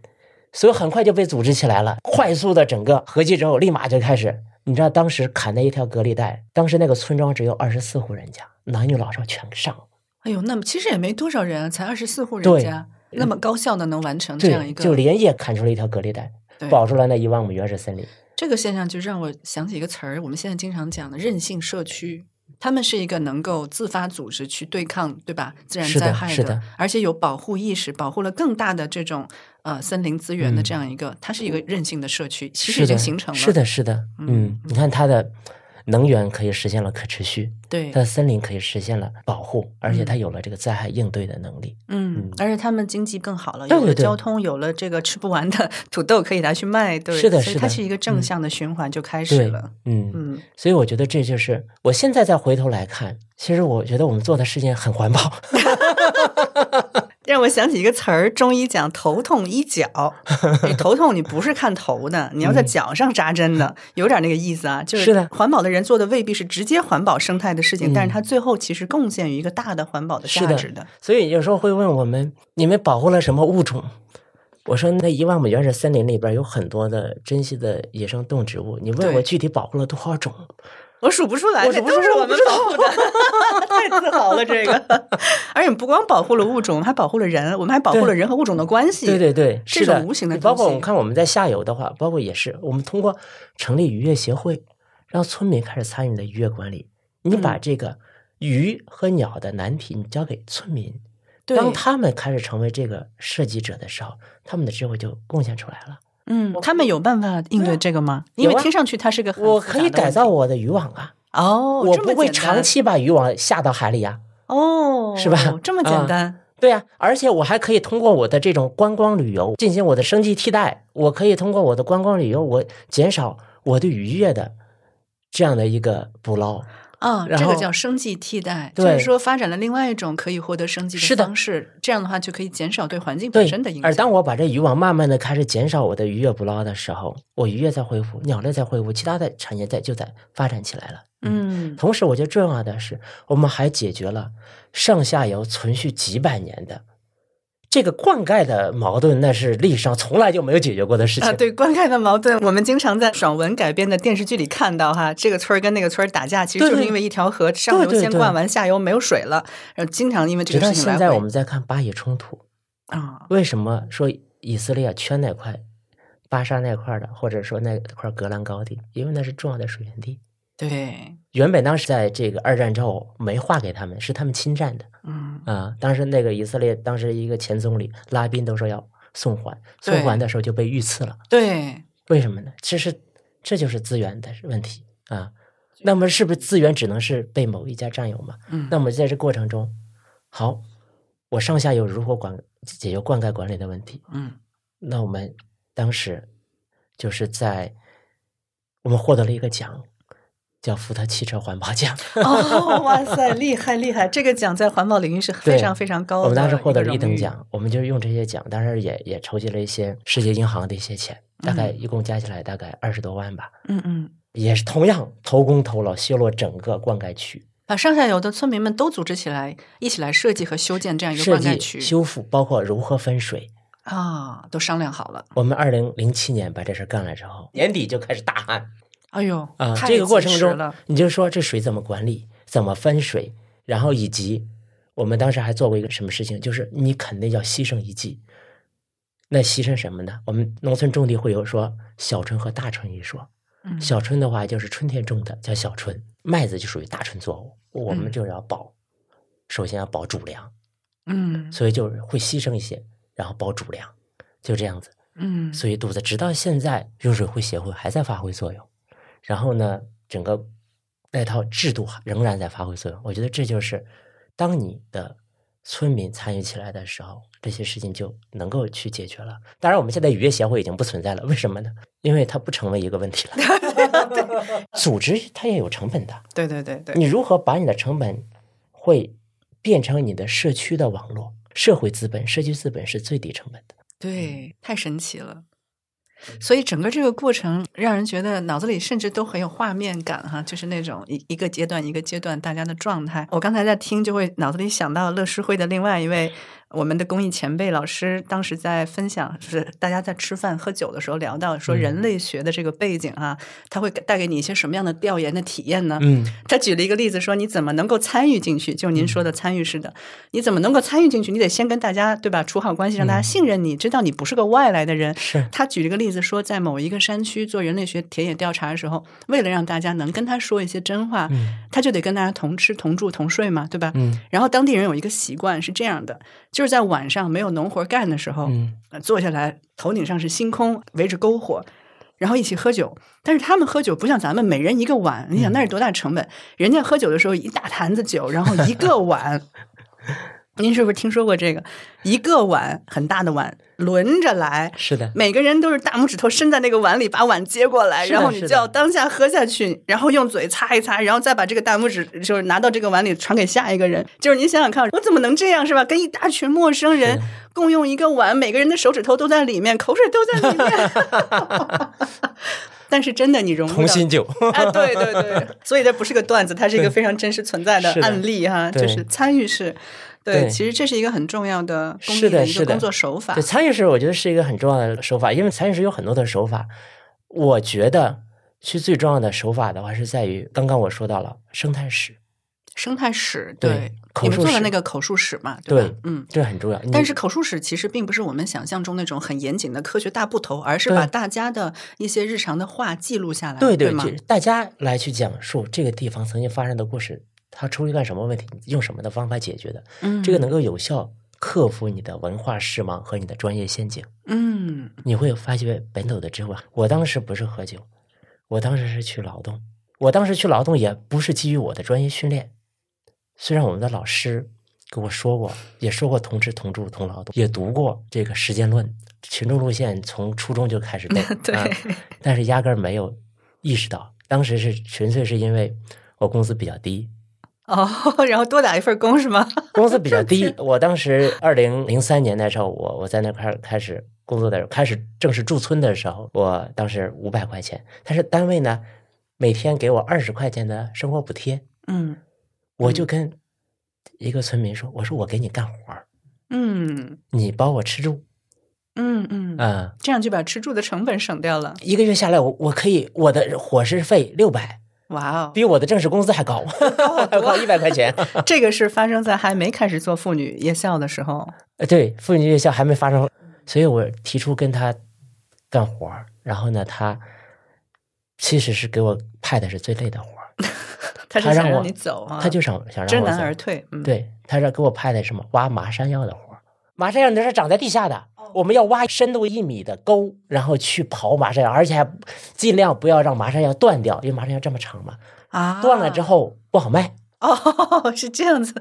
Speaker 2: 所以很快就被组织起来了。快速的整个合计之后，立马就开始。你知道当时砍那一条隔离带，当时那个村庄只有二十四户人家，男女老少全上了。
Speaker 1: 哎呦，那么其实也没多少人啊，才二十四户人
Speaker 2: 对嗯
Speaker 1: 家，那么高效的能完成这样一
Speaker 2: 对，
Speaker 1: 个，
Speaker 2: 就连夜砍出了一条隔离带，
Speaker 1: 对
Speaker 2: 保住了那一万亩原始森林。
Speaker 1: 这个现象就让我想起一个词儿，我们现在经常讲的韧性社区。他们是一个能够自发组织去对抗，对吧？自然
Speaker 2: 是的
Speaker 1: 灾害
Speaker 2: 是的
Speaker 1: 而且有保护意识，保护了更大的这种呃森林资源的
Speaker 2: 嗯
Speaker 1: 这样一个，它是一个韧性的社区，其
Speaker 2: 是
Speaker 1: 实已
Speaker 2: 的，
Speaker 1: 经形成了。
Speaker 2: 是，的，是的，
Speaker 1: 嗯
Speaker 2: 嗯，你看它的能源可以实现了可持续，
Speaker 1: 对
Speaker 2: 它，的森林可以实现了保护，而且它
Speaker 1: 嗯
Speaker 2: 有了这个灾害应对的能力。
Speaker 1: 嗯
Speaker 2: 嗯，
Speaker 1: 而且他们经济更好了，
Speaker 2: 对
Speaker 1: 有了
Speaker 2: 对对
Speaker 1: 交通，有了这个吃不完的土豆可以拿去卖，对，
Speaker 2: 是的
Speaker 1: 所以
Speaker 2: 是
Speaker 1: 它
Speaker 2: 的嗯
Speaker 1: 是一个正向的循环就开始
Speaker 2: 对
Speaker 1: 了。，
Speaker 2: 嗯
Speaker 1: 嗯，
Speaker 2: 所以我觉得这就是我现在再回头来看，其实我觉得我们做的事情很环保。 *laughs*
Speaker 1: 让我想起一个词儿，中医讲头痛医
Speaker 2: *laughs*
Speaker 1: 脚。你头痛，你不是看头的，你要在脚上扎针的， *laughs* 有点那个意思啊。就是
Speaker 2: 嗯的
Speaker 1: 环保的人做的未必是直接环保生态的事情，
Speaker 2: 嗯
Speaker 1: 但是他最后其实贡献于一个大的环保的价值
Speaker 2: 是
Speaker 1: 的。
Speaker 2: 所以有时候会问我们，你们保护了什么物种？我说那一万亩原始森林里边有很多的珍稀的野生动植物，你问
Speaker 1: 对
Speaker 2: 我具体保护了多少种？
Speaker 1: 我数不出来，
Speaker 2: 我
Speaker 1: 这
Speaker 2: 数不
Speaker 1: 都
Speaker 2: 出
Speaker 1: 是
Speaker 2: 来
Speaker 1: 我
Speaker 2: 我
Speaker 1: 们
Speaker 2: 不知
Speaker 1: 保护的，
Speaker 2: *laughs*
Speaker 1: 太自豪了这个。 *laughs* 而且不光保护了物种，还保护了人，我们还保护了
Speaker 2: 对
Speaker 1: 人和物种的关系。
Speaker 2: 对对对，
Speaker 1: 这
Speaker 2: 是的
Speaker 1: 种无形的
Speaker 2: 你包括
Speaker 1: 东
Speaker 2: 我
Speaker 1: 西
Speaker 2: 们看我们在下游的话，包括也是我们通过成立渔业协会，让村民开始参与的渔业管理。你把
Speaker 1: 嗯
Speaker 2: 这个鱼和鸟的难题，你交给村民，
Speaker 1: 对，
Speaker 2: 当他们开始成为这个设计者的时候，他们的智慧就贡献出来了。
Speaker 1: 嗯，他们有办法应对这个吗？因为
Speaker 2: 有啊
Speaker 1: 听上去它是个很
Speaker 2: 我
Speaker 1: 复
Speaker 2: 可
Speaker 1: 杂
Speaker 2: 以
Speaker 1: 的问
Speaker 2: 改造
Speaker 1: 题
Speaker 2: 我的渔网啊，
Speaker 1: 哦，
Speaker 2: 我
Speaker 1: 这么
Speaker 2: 不会
Speaker 1: 简单
Speaker 2: 长期把渔网下到海里啊。
Speaker 1: 哦，
Speaker 2: 是吧
Speaker 1: 这么简
Speaker 2: 啊
Speaker 1: 单，
Speaker 2: 对呀、而且我还可以通过我的这种观光旅游进行我的生计替代，我可以通过我的观光旅游，我减少我对渔业的这样的一个捕捞。
Speaker 1: 啊、
Speaker 2: 然
Speaker 1: 这
Speaker 2: 后
Speaker 1: 个叫生计替代，就
Speaker 2: 对
Speaker 1: 是说发展了另外一种可以获得生计
Speaker 2: 是的
Speaker 1: 方式，这样的话就可以减少对环境
Speaker 2: 对
Speaker 1: 本身的影，响。
Speaker 2: 而当我把这渔网慢慢的开始减少我的渔业捕捞的时候，我渔业在恢复，鸟类在恢复，其他的产业在就在发展起来了。
Speaker 1: 嗯
Speaker 2: 同时，我觉得重要的是，我们还解决了上下游存续几百年的这个灌溉的矛盾，那是历史上从来就没有解决过的事情。
Speaker 1: 啊，对灌溉的矛盾，我们经常在爽文改编的电视剧里看到哈，这个村儿跟那个村儿打架，其实
Speaker 2: 对
Speaker 1: 就是
Speaker 2: 对
Speaker 1: 因为一条河上游
Speaker 2: 对对
Speaker 1: 先灌
Speaker 2: 对
Speaker 1: 完，下游没有水了，然后经常因为这
Speaker 2: 直
Speaker 1: 个
Speaker 2: 到
Speaker 1: 事情来回
Speaker 2: 现在，我们在看巴以冲突，
Speaker 1: 啊，
Speaker 2: 为什么说以色列圈那块巴沙那块的，或者说那块格兰高地，因为那是重要的水源地。
Speaker 1: 对，
Speaker 2: 原本当时在这个二战之后没划给他们，是他们侵占的
Speaker 1: 嗯，
Speaker 2: 啊。当时那个以色列当时一个前总理拉宾都说要送还，
Speaker 1: 对
Speaker 2: 送还的时候就被遇刺了。
Speaker 1: 对，
Speaker 2: 为什么呢？这是这就是资源的问题啊。那么是不是资源只能是被某一家占有嘛？
Speaker 1: 嗯，
Speaker 2: 那么在这过程中，好，我上下游如何管解决灌溉管理的问题？ *laughs*
Speaker 1: 嗯
Speaker 2: 那我们当时就是在我们获得了一个奖，叫福特汽车环保奖。
Speaker 1: 哦，哇塞，厉害厉害！这个奖在环保领域是非
Speaker 2: 哦对
Speaker 1: 常非常高的，
Speaker 2: 我们当时获得了一等。奖，我们就是用这些奖，当时也也筹集了一些世界银行的一些钱，大概一共加起来大概二十多万吧。
Speaker 1: 嗯嗯，
Speaker 2: 也是同样头工头劳修了整个灌溉区，
Speaker 1: 把啊上下游的村民们都组织起来，一起来设计和修建这样一个
Speaker 2: 设
Speaker 1: 灌溉
Speaker 2: 计、
Speaker 1: 区
Speaker 2: 修复，包括如何分水。
Speaker 1: 啊，都商量好了。
Speaker 2: 我们二零零七年把这事儿干了之后，年底就开始大旱
Speaker 1: 哎呦，
Speaker 2: 啊！
Speaker 1: 太
Speaker 2: 这个过程
Speaker 1: 及时
Speaker 2: 中
Speaker 1: 了，
Speaker 2: 你就说这水怎么管理，怎么分水，然后以及我们当时还做过一个什么事情，就是你肯定要牺牲一季。那牺牲什么呢？我们农村种地会有说小春和大春一说，
Speaker 1: 嗯
Speaker 2: 小春的话就是春天种的，叫小春。麦子就属于大春作物，我们
Speaker 1: 嗯
Speaker 2: 就要保，首先要保主粮，
Speaker 1: 嗯
Speaker 2: 所以就是会牺牲一些，然后保主粮，就这样子。
Speaker 1: 嗯，
Speaker 2: 所以肚子直到现在，用水会协会还在发挥作用。然后呢，整个那套制度还仍然在发挥作用。我觉得这就是当你的村民参与起来的时候，这些事情就能够去解决了。当然，我们现在渔业协会已经不存在了，为什么呢？因为它不成为一个问 *laughs* 题了。组织它也有成本的，
Speaker 1: 对对对对，
Speaker 2: 你如何把你的成本会变成你的社区的网络？社会资本、社区资本是最低成本的。
Speaker 1: 对，太神奇了。
Speaker 2: 嗯
Speaker 1: 所以整个这个过程让人觉得脑子里甚至都很有画面感哈，就是那种一一个阶段一个阶段大家的状态。我刚才在听，就会脑子里想到乐施会的另外一位我们的公益前辈老师，当时在分享，就是大家在吃饭喝酒的时候聊到说
Speaker 2: 嗯
Speaker 1: 人类学的这个背景啊，它会带给你一些什么样的调研的体验呢？
Speaker 2: 嗯，
Speaker 1: 他举了一个例子说，你怎么能够参与进去？就您说的参与式的，你怎么能够参与进去？你得先跟大家对吧处好关系，让大家信任你，知道你不是个外来的人。
Speaker 2: 嗯是
Speaker 1: 他举了一个例子说，在某一个山区做人类学田野调查的时候，为了让大家能跟他说一些真话，
Speaker 2: 嗯
Speaker 1: 他就得跟大家同吃同住同睡嘛，对吧？
Speaker 2: 嗯
Speaker 1: 然后当地人有一个习惯是这样的，就是在晚上没有农活干的时候，
Speaker 2: 嗯，
Speaker 1: 呃坐下来，头顶上是星空，围着篝火，然后一起喝酒。但是他们喝酒不像咱们每人一个碗，你想那是多大成本？人家喝酒的时候一大坛子酒，然后一个碗。您是不是听说过这个？一个碗很大的碗轮着来，
Speaker 2: 是的，
Speaker 1: 每个人都是大拇指头伸在那个碗里，把碗接过来，
Speaker 2: 是的
Speaker 1: 然后你
Speaker 2: 是
Speaker 1: 就
Speaker 2: 的
Speaker 1: 要当下喝下去，然后用嘴擦一擦，然后再把这个大拇指就是拿到这个碗里传给下一个人。就是您想想看，我怎么能这样是吧？跟一大群陌生
Speaker 2: *laughs* 是
Speaker 1: 人
Speaker 2: 的
Speaker 1: 共用一个碗，每个人的手指头都在里面，口水都在里面。 *laughs* 但是真的，你融入到
Speaker 2: 同心酒。
Speaker 1: 啊，对对对，所以这不是个段子，它是一个非常真实存在的
Speaker 2: *laughs* 是的
Speaker 1: 案例哈，
Speaker 2: 对
Speaker 1: 就是参与式。对，
Speaker 2: 对
Speaker 1: 其实这是一个很重要的公益
Speaker 2: 是的
Speaker 1: 一
Speaker 2: 是
Speaker 1: 个
Speaker 2: 的
Speaker 1: 工作手法
Speaker 2: 对，。参与式我觉得是一个很重要的手法，因为参与式有很多的手法。我觉得是最重要的手法的话，是在于刚刚我说到了生态史，
Speaker 1: 生态史，
Speaker 2: 对
Speaker 1: 你
Speaker 2: 口
Speaker 1: 们
Speaker 2: 述
Speaker 1: 做了
Speaker 2: 史
Speaker 1: 那个口述史嘛，吧？
Speaker 2: 对
Speaker 1: 嗯。
Speaker 2: 这很重要。你
Speaker 1: 但是口述史其实并不是我们想象中那种很严谨的科学大部头，而是
Speaker 2: 对
Speaker 1: 把大家的一些日常的话记录下来，
Speaker 2: 对对，
Speaker 1: 吗
Speaker 2: 就？是大家来去讲述这个地方曾经发生的故事，它出现什么问题，用什么的方法解决的，
Speaker 1: 嗯，
Speaker 2: 这个能，够有效克服你的文化失盲和你的专业陷阱。
Speaker 1: 嗯
Speaker 2: 你会发掘本土的智慧。我当时不是喝酒，我当时是去劳动。我当时去劳动也不是基于我的专业训练，虽然我们的老师跟我说过，也说过同吃同住同劳动，也读过这个时间论、群众路线，从初中就开始背
Speaker 1: 对
Speaker 2: 啊，但是压根儿没有意识到，当时是纯粹是因为我工资比较低，
Speaker 1: *laughs* 哦，然后多打一份工是吗？
Speaker 2: 工资比较低。我当时二零零三年的时候，我我在那块儿开始工作的时候，开始正式驻村的时候，我当时五百块钱，但是单位呢每天给我二十块钱的生活补贴，
Speaker 1: 嗯
Speaker 2: 我就跟一个村民说：“我说我给你干活儿，
Speaker 1: 嗯
Speaker 2: 你包我吃住
Speaker 1: 嗯嗯，
Speaker 2: 啊、
Speaker 1: 这样就把吃住的成本省掉了。
Speaker 2: 一个月下来我，我可以我的伙食费六百，
Speaker 1: 哇哦，
Speaker 2: 比我的正式工资还高， *laughs* 还高一百块钱。
Speaker 1: 这个是发生在还没开始做妇女夜校的时候。
Speaker 2: 呃，对，妇女夜校还没发生，所以我提出跟他干活儿，然后呢，他其实是给我派的是最累的活儿，
Speaker 1: 他是
Speaker 2: 他
Speaker 1: 想
Speaker 2: 让我
Speaker 1: 你走啊，
Speaker 2: 他就想想让
Speaker 1: 知
Speaker 2: 我
Speaker 1: 难
Speaker 2: 走
Speaker 1: 而退。嗯，，
Speaker 2: 对，他让给我派的什么挖麻山药的活儿，麻山药那是长在地下的，
Speaker 1: 哦
Speaker 2: 我们要挖深度一米的沟，然后去刨麻山药，而且还尽量不要让麻山药断掉，因为麻山药这么长嘛，
Speaker 1: 啊，
Speaker 2: 断了之后不好卖。
Speaker 1: *laughs* 哦，是这样子，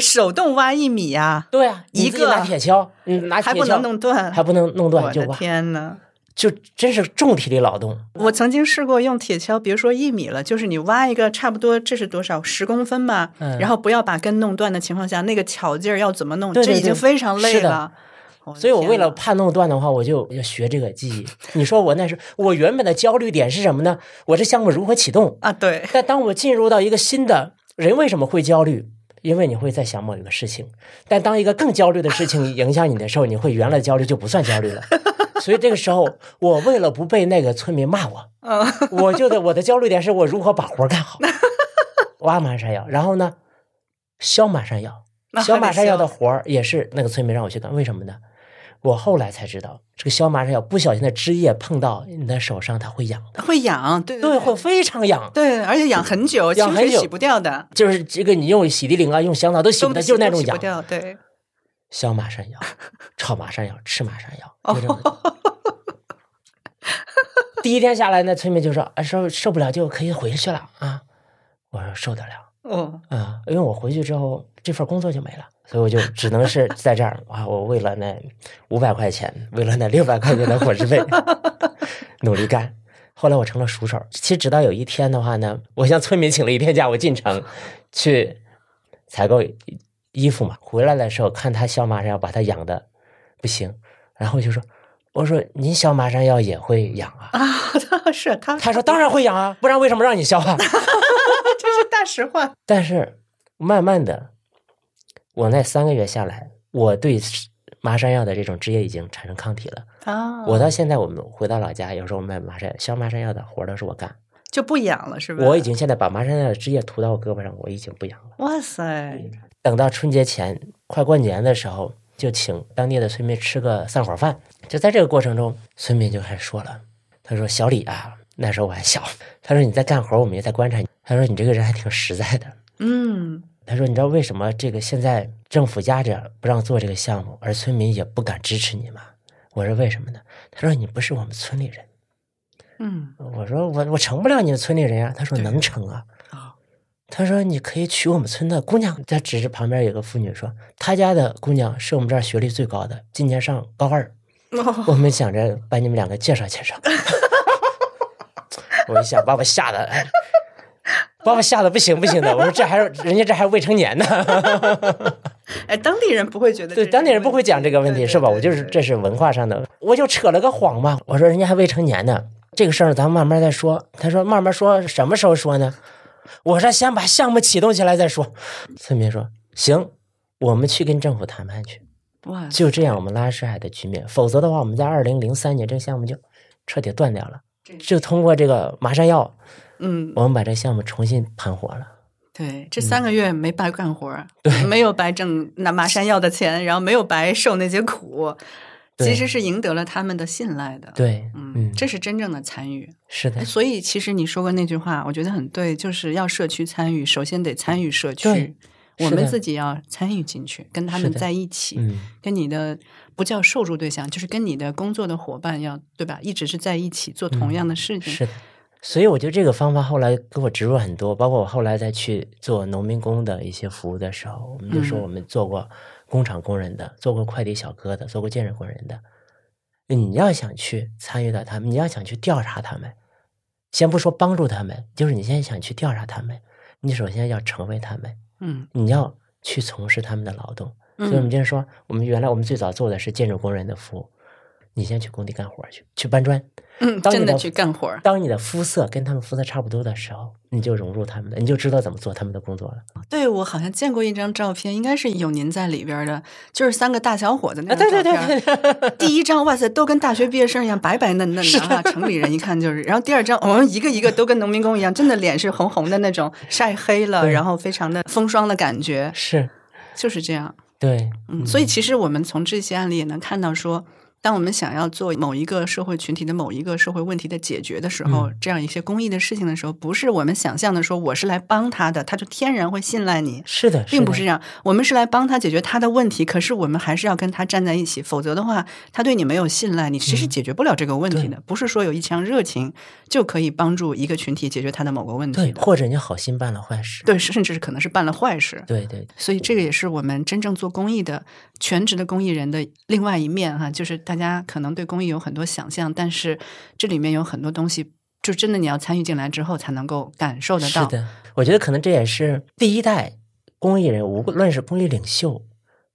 Speaker 1: 手动挖一米呀、
Speaker 2: 对啊，你
Speaker 1: 一
Speaker 2: 自己
Speaker 1: 个
Speaker 2: 拿铁锹，嗯，拿铁
Speaker 1: 还不能
Speaker 2: 锹
Speaker 1: 弄断，
Speaker 2: 还不能弄断
Speaker 1: 我
Speaker 2: 就
Speaker 1: 的
Speaker 2: 挖，
Speaker 1: 天呐！
Speaker 2: 就真是重体力劳动。
Speaker 1: 我曾经试过用铁锹，别说一米了，就是你挖一个差不多，这是多少十公分吧，
Speaker 2: 嗯
Speaker 1: 然后不要把根弄断的情况下，那个巧劲儿要怎么弄，
Speaker 2: 对对
Speaker 1: 这已经
Speaker 2: 对
Speaker 1: 非常累
Speaker 2: 是的
Speaker 1: 了。的
Speaker 2: 所以我
Speaker 1: 天
Speaker 2: 为了
Speaker 1: 呐
Speaker 2: 怕弄断的话，我就要学这个技艺。你说我那时候我原本的焦虑点是什么呢？我这项目如何启动？
Speaker 1: 啊，对，
Speaker 2: 但当我进入到一个新的人，为什么会焦虑？因为你会在想某一个事情，但当一个更焦虑的
Speaker 1: *laughs*
Speaker 2: 事情影响你的时候，你会原来的焦虑就不算焦虑了。所以这个时候，我为了不被那个村民骂我，
Speaker 1: 嗯，
Speaker 2: *laughs* 我就得我的焦虑点是我如何把活儿
Speaker 1: *laughs*
Speaker 2: 干好，挖马山药，然后呢，削马山药，
Speaker 1: 那
Speaker 2: 削
Speaker 1: 还得
Speaker 2: 马山药的
Speaker 1: 削
Speaker 2: 活儿也是那个村民让我去干，为什么呢？我后来才知道，这个削马山药不小心的枝叶碰到你的手上，它会痒的，
Speaker 1: 会痒，对
Speaker 2: 对，
Speaker 1: 对
Speaker 2: 会非常痒。
Speaker 1: 对，而且痒很久，
Speaker 2: *laughs* 痒
Speaker 1: 清水
Speaker 2: 很久
Speaker 1: 洗不掉的，
Speaker 2: 就是这个，你用洗涤灵啊，用香皂都洗不掉，
Speaker 1: 东
Speaker 2: 就是那种
Speaker 1: 洗 *laughs* 不
Speaker 2: 痒。
Speaker 1: 掉，对，
Speaker 2: 削马山药，炒马山药，吃马山
Speaker 1: 哦
Speaker 2: 药，就这么。 *laughs* 第一天下来，那村民就说：“啊，受受不了就可以回去了啊。”我说：“受得了。”
Speaker 1: 哦， *laughs*
Speaker 2: 啊，因为我回去之后这份工作就没了，所以我就只能是在这儿啊，我为了 *laughs* 那五百块钱，为了那六百块钱的伙食费， *laughs* 努力干。后来我成了熟手，其实直到有一天的话呢，我向村民请了一天假，我进城去采购衣服嘛，回来的时候看他小马山药把它养的不行，然后我就说。我说您小马山药也会养啊？ *laughs*
Speaker 1: 是他，
Speaker 2: 他说当然会养啊，不然为什么让你削啊？
Speaker 1: 这是大实话，
Speaker 2: 但是慢慢的，我那三个月下来，我对麻山药的这种枝叶已经产生抗体了。
Speaker 1: 啊，
Speaker 2: 我到现在，我们回到老家，有时候我卖麻山药削麻山药的活儿都是我干。
Speaker 1: 就不痒了，是吧？
Speaker 2: 我已，经现在把麻山药的枝叶涂到我胳膊上，我已经不痒了。
Speaker 1: 哇塞，
Speaker 2: 等到春节前快过年的时候，就请当地的村民吃个散伙饭。就在这个过程中，村民就开始说了，他说：“小李啊，那时候我还小，他说你在干活，我们也在观察你。他说你这个人还挺实在的。”
Speaker 1: 嗯，
Speaker 2: 他说：“你知道为什么这个现在政府压着不让做这个项目，而村民也不敢支持你吗？”我说：“为什么呢？”他说：“你不是我们村里人。
Speaker 1: 嗯”，
Speaker 2: 我说：“我我成不了你们村里人呀、他说：“能成啊。”
Speaker 1: 啊，
Speaker 2: 他说：“你可以娶我们村的姑娘。”他指着旁边有个妇女说：“她家的姑娘是我们这儿学历最高的，今年上高二。
Speaker 1: 哦
Speaker 2: 我们想着把你们两个介绍介绍。”我一想，把我吓得，哎把我吓得不行不行的。我说：“这还是人家这还未成年呢。”
Speaker 1: *laughs* 哎，当地人不会觉得这
Speaker 2: 对，
Speaker 1: 是
Speaker 2: 当地人
Speaker 1: 问
Speaker 2: 不会讲这个问
Speaker 1: 对
Speaker 2: 题，是吧？
Speaker 1: 对
Speaker 2: 我就是
Speaker 1: 对
Speaker 2: 这是文化上的，我就扯了个谎嘛。我说人家还未成年呢，这个事儿咱慢慢再说。他说慢慢说，什么时候说呢？我说先把项目启动起来再说。村民说行，我们去跟政府谈判去。
Speaker 1: 哇，
Speaker 2: 就这样，我们拉什海的局面，否则的话，我们在二零零三年这个项目就彻底断掉了。就通过这个麻山药，
Speaker 1: 嗯，
Speaker 2: 我们把这项目重新盘活了。
Speaker 1: 对，这三个月没白干活儿，没有白挣那马山药的钱，然后没有白受那些苦，
Speaker 2: 对
Speaker 1: 其实是赢得了他们的信赖的。，
Speaker 2: 对，
Speaker 1: 嗯
Speaker 2: 嗯，，
Speaker 1: 这是真正的参与。
Speaker 2: 是的
Speaker 1: 哎，所以其实你说过那句话，我觉得很对，就是要社区参与，首先得参与社区
Speaker 2: 对，
Speaker 1: 我
Speaker 2: 是
Speaker 1: 们
Speaker 2: 的
Speaker 1: 自己要参与进去，跟他
Speaker 2: 是
Speaker 1: 们
Speaker 2: 的
Speaker 1: 在一起，
Speaker 2: 嗯，
Speaker 1: 跟你的不叫受助对象，就是跟你的工作的伙伴要对吧，一直是在一起做同
Speaker 2: 嗯
Speaker 1: 样的事情。
Speaker 2: 是的。所以我觉得这个方法后来给我植入很多，包括我后来再去做农民工的一些服务的时候，我们就说
Speaker 1: 嗯
Speaker 2: 我们做过工厂工人的，做过快递小哥的，做过建设工人的。嗯你要想去参与到他们，你要想去调查他们，先不说帮助他们，就是你先想去调查他们，你首先要成为他们，
Speaker 1: 嗯
Speaker 2: 你要去从事他们的劳动。所以我们
Speaker 1: 嗯
Speaker 2: 今天说，我们原来我们最早做的是建筑工人的服务，你先去工地干活儿去，去搬砖，
Speaker 1: 嗯，
Speaker 2: 当你
Speaker 1: 真的
Speaker 2: 的
Speaker 1: 去干活儿。
Speaker 2: 当你的肤色跟他们肤色差不多的时候，你就融入他们的，你就知道怎么做他们的工作了。
Speaker 1: 对，我好像见过一张照片，应该是有您在里边儿的，就是三个大小伙子那张照片儿。
Speaker 2: 啊对，
Speaker 1: 第一张，哇塞，都跟大学毕业生一样白白嫩嫩的
Speaker 2: *laughs*
Speaker 1: 啊，城里人一看就是。然后第二张，我、哦、们一个一个都跟农民工一样，真的脸是红红的那种，晒黑了，
Speaker 2: 对
Speaker 1: 然后非常的风霜的感觉，
Speaker 2: 是，
Speaker 1: 就是这样。
Speaker 2: 对，
Speaker 1: 嗯，所以其实我们从这些案例也能看到说。当我们想要做某一个社会群体的某一个社会问题的解决的时候，
Speaker 2: 嗯
Speaker 1: 这样一些公益的事情的时候，不是我们想象的说我是来帮他的，他就天然会信赖你，
Speaker 2: 嗯是的，
Speaker 1: 并不是
Speaker 2: 的
Speaker 1: 这样。我们是来帮他解决他的问题，可是我们还是要跟他站在一起，否则的话，他对你没有信赖，你其
Speaker 2: 嗯
Speaker 1: 实解决不了这个问题的。不是说有一腔热情就可以帮助一个群体解决他的某个问题
Speaker 2: 对，
Speaker 1: 的。
Speaker 2: 或者你好心办了坏事。
Speaker 1: 对，甚至是可能是办了坏事。
Speaker 2: 对对
Speaker 1: 所以这个也是我们真正做公益的全职的公益人的另外一面哈、就是大家可能对公益有很多想象，但是这里面有很多东西，就真的你要参与进来之后才能够感受得
Speaker 2: 是
Speaker 1: 到。
Speaker 2: 的，我觉得可能这也是第一代公益人，无论是公益领袖。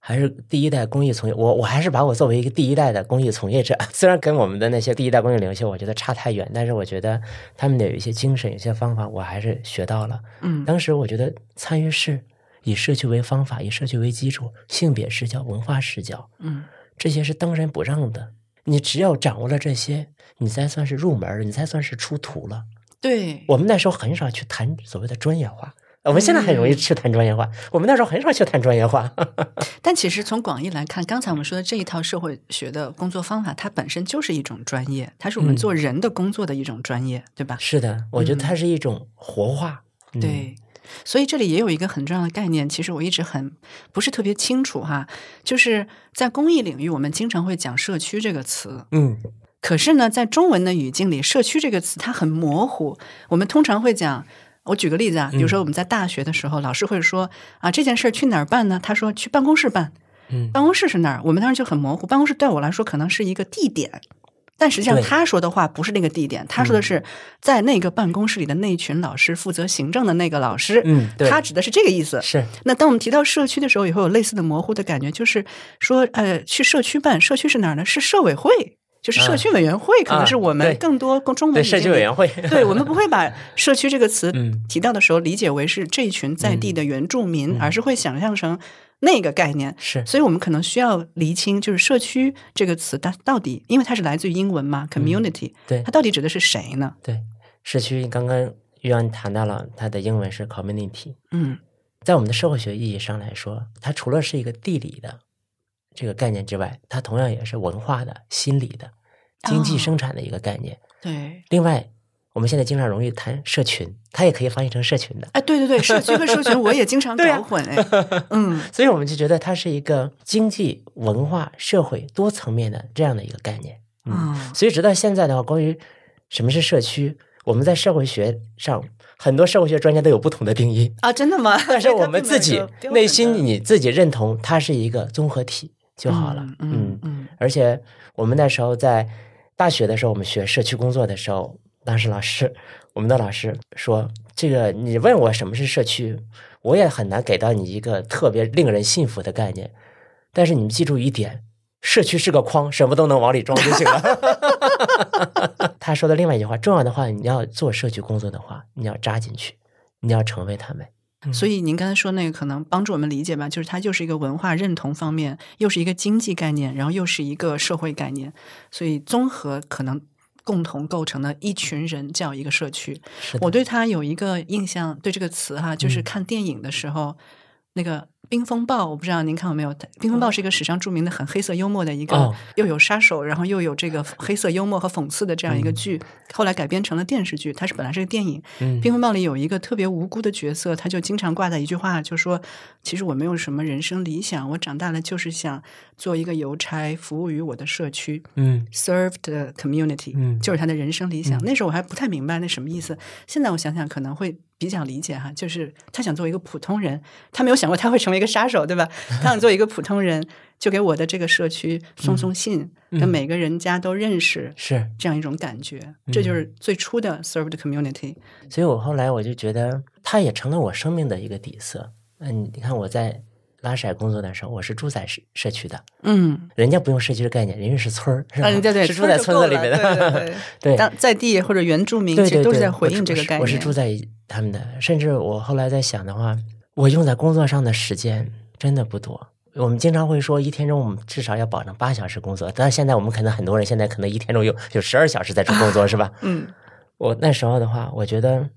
Speaker 2: 还是第一代公益从业，我我还是把我作为一个第一代的公益从业者， *laughs* 虽然跟我们的那些第一代公益领袖，我觉得差太远，但是我觉得他们的有一些精神、有些方法，我还是学到了。
Speaker 1: 嗯，
Speaker 2: 当时我觉得参与式以社区为方法，以社区为基础，性别视角、文化视角，
Speaker 1: 嗯
Speaker 2: 这些是当仁不让的。你只有掌握了这些，你才算是入门儿，你才算是出徒了。
Speaker 1: 对，
Speaker 2: 我们那时候很少去谈所谓的专业化，呃我们现在很容易去谈专业化，我们那时候很少去谈专业化。 *laughs*
Speaker 1: 但其实从广义来看，刚才我们说的这一套社会学的工作方法，它本身就是一种专业，它是我们
Speaker 2: 嗯
Speaker 1: 做人的工作的一种专业，对吧？
Speaker 2: 是的，我觉
Speaker 1: 嗯
Speaker 2: 得它是一种活化。嗯，
Speaker 1: 对。所以这里也有一个很重要的概念，其实我一直很不是特别清楚哈，就是在公益领域，我们经常会讲社区这个词，
Speaker 2: 嗯，
Speaker 1: 可是呢，在中文的语境里，“社区”这个词它很模糊。我们通常会讲，我举个例子啊，比如
Speaker 2: 嗯
Speaker 1: 说我们在大学的时候，老师会说啊，这件事儿去哪儿办呢？他说去办公室办。
Speaker 2: 嗯
Speaker 1: 办公室是哪儿？我们当时就很模糊。办公室对我来说可能是一个地点，但实际上
Speaker 2: 对嗯
Speaker 1: 他说的话不是那个地点，他说的是在那个办公室里的那一群老师，负责行政的那个老师。
Speaker 2: 嗯对
Speaker 1: 他指的是这个意思。
Speaker 2: 是
Speaker 1: 那当我们提到社区的时候，也会有类似的模糊的感觉，就是说，呃，去社区办，社区是哪儿呢？是社委会，就是社区委员会，可能是我
Speaker 2: 嗯啊对
Speaker 1: 们更多公中文
Speaker 2: 对
Speaker 1: 语境
Speaker 2: 社
Speaker 1: 里
Speaker 2: 区委员。会，
Speaker 1: 对我们
Speaker 2: *laughs*
Speaker 1: 不会把“社区”这个词
Speaker 2: 嗯
Speaker 1: 提到的时候理解为是这一群在地的原住民，而是会想象成那个概念。
Speaker 2: 是
Speaker 1: 所以我们可能需要厘清，就是“社区”这个词它到底，因为它是来自于英文
Speaker 2: 嗯
Speaker 1: 嘛，community，、
Speaker 2: 对
Speaker 1: 它到底指的是谁呢？
Speaker 2: 对社区。刚刚玉安谈到了它的英文是 community，
Speaker 1: 嗯
Speaker 2: 在我们的社会学意义上来说，它除了是一个地理的这个概念之外，它同样也是文化的、心理的、经济
Speaker 1: 哦
Speaker 2: 生产的一个概念。
Speaker 1: 对，
Speaker 2: 另外，我们现在经常容易谈社群，它也可以翻译成社群的。
Speaker 1: 哎，对对对，社区和社群我也经常
Speaker 2: *laughs* 对啊
Speaker 1: 搞混哎，嗯。
Speaker 2: 所以我们就觉得它是一个经济、文化、社会多层面的这样的一个概念。嗯，
Speaker 1: 啊，
Speaker 2: 所以直到现在的话，关于什么是社区，我们在社会学上很多社会学专家都有不同的定义。
Speaker 1: 啊，真的吗？ *laughs*
Speaker 2: 但是我们自己内心你自己认同它是一个综合体就
Speaker 1: 就
Speaker 2: 好了。
Speaker 1: 嗯嗯
Speaker 2: 而且我们那时候在大学的时候，我们学社区工作的时候，当时老师，我们的老师说：“这个你问我什么是社区，我也很难给到你一个特别令人信服的概念。但是你们记住一点，社区是个筐，什么都能往里装就行了。”他说的另外一句话，重要的话，你要做社区工作的话，你要扎进去，你要成为他们。
Speaker 1: 嗯。所以您刚才说那个可能帮助我们理解吧，就是它就是一个文化认同方面，又是一个经济概念，然后又是一个社会概念，所以综合可能共同构成的一群人叫一个社区。
Speaker 2: 是的嗯
Speaker 1: 我对它有一个印象，对这个词哈，就是看电影的时候，那个冰风暴，我不知道您看过没有？冰风暴是一个史上著名的很黑色幽默的一个，
Speaker 2: 嗯哦
Speaker 1: 又有杀手，然后又有这个黑色幽默和讽刺的这样一个剧，后来改编成了电视剧。它是本来是个电影，
Speaker 2: 嗯
Speaker 1: 冰风暴》里有一个特别无辜的角色，他就经常挂在一句话，就说：“其实我没有什么人生理想，我长大了就是想做一个邮差，服务于我的社区
Speaker 2: 嗯
Speaker 1: ，serve the community。”
Speaker 2: 嗯
Speaker 1: 就是他的人生理想。那时候我还不太明白那什么意思，现在我想想可能会比较理解哈，就是他想做一个普通人，他没有想过他会成为一个杀手，对
Speaker 2: *laughs*
Speaker 1: 吧？他想做一个普通人，就给我的这个社区送送信，
Speaker 2: 嗯
Speaker 1: 跟每个人家都认识。
Speaker 2: 是，
Speaker 1: 这样一种感觉，
Speaker 2: 嗯
Speaker 1: 这就是最初的 served community。
Speaker 2: 所以我后来我就觉得，它也成了我生命的一个底色。嗯，你看我在拉萨工作的时候，我是住在社社区的，
Speaker 1: 嗯，
Speaker 2: 人家不用社区的概念，人家是村儿，是吧？
Speaker 1: 啊，对对，
Speaker 2: 是住在
Speaker 1: 就
Speaker 2: 村
Speaker 1: 够
Speaker 2: 子里
Speaker 1: 了
Speaker 2: 面
Speaker 1: 对
Speaker 2: *laughs*
Speaker 1: 对
Speaker 2: 的。
Speaker 1: 对
Speaker 2: 对
Speaker 1: 当在地或者原住民，
Speaker 2: 对
Speaker 1: 其实
Speaker 2: 对，
Speaker 1: 都是
Speaker 2: 对
Speaker 1: 在回应这个概念。
Speaker 2: 我是我是住在他们的，甚至我后来在想的话，我用在工作上的时间真的不多。我们经常会说，一天中我们至少要保证八小时工作，但是现在我们可能很多人现在可能一天中有有十二小时在这
Speaker 1: *laughs*
Speaker 2: 工作，是吧？
Speaker 1: 嗯
Speaker 2: 我那时候的话，我觉得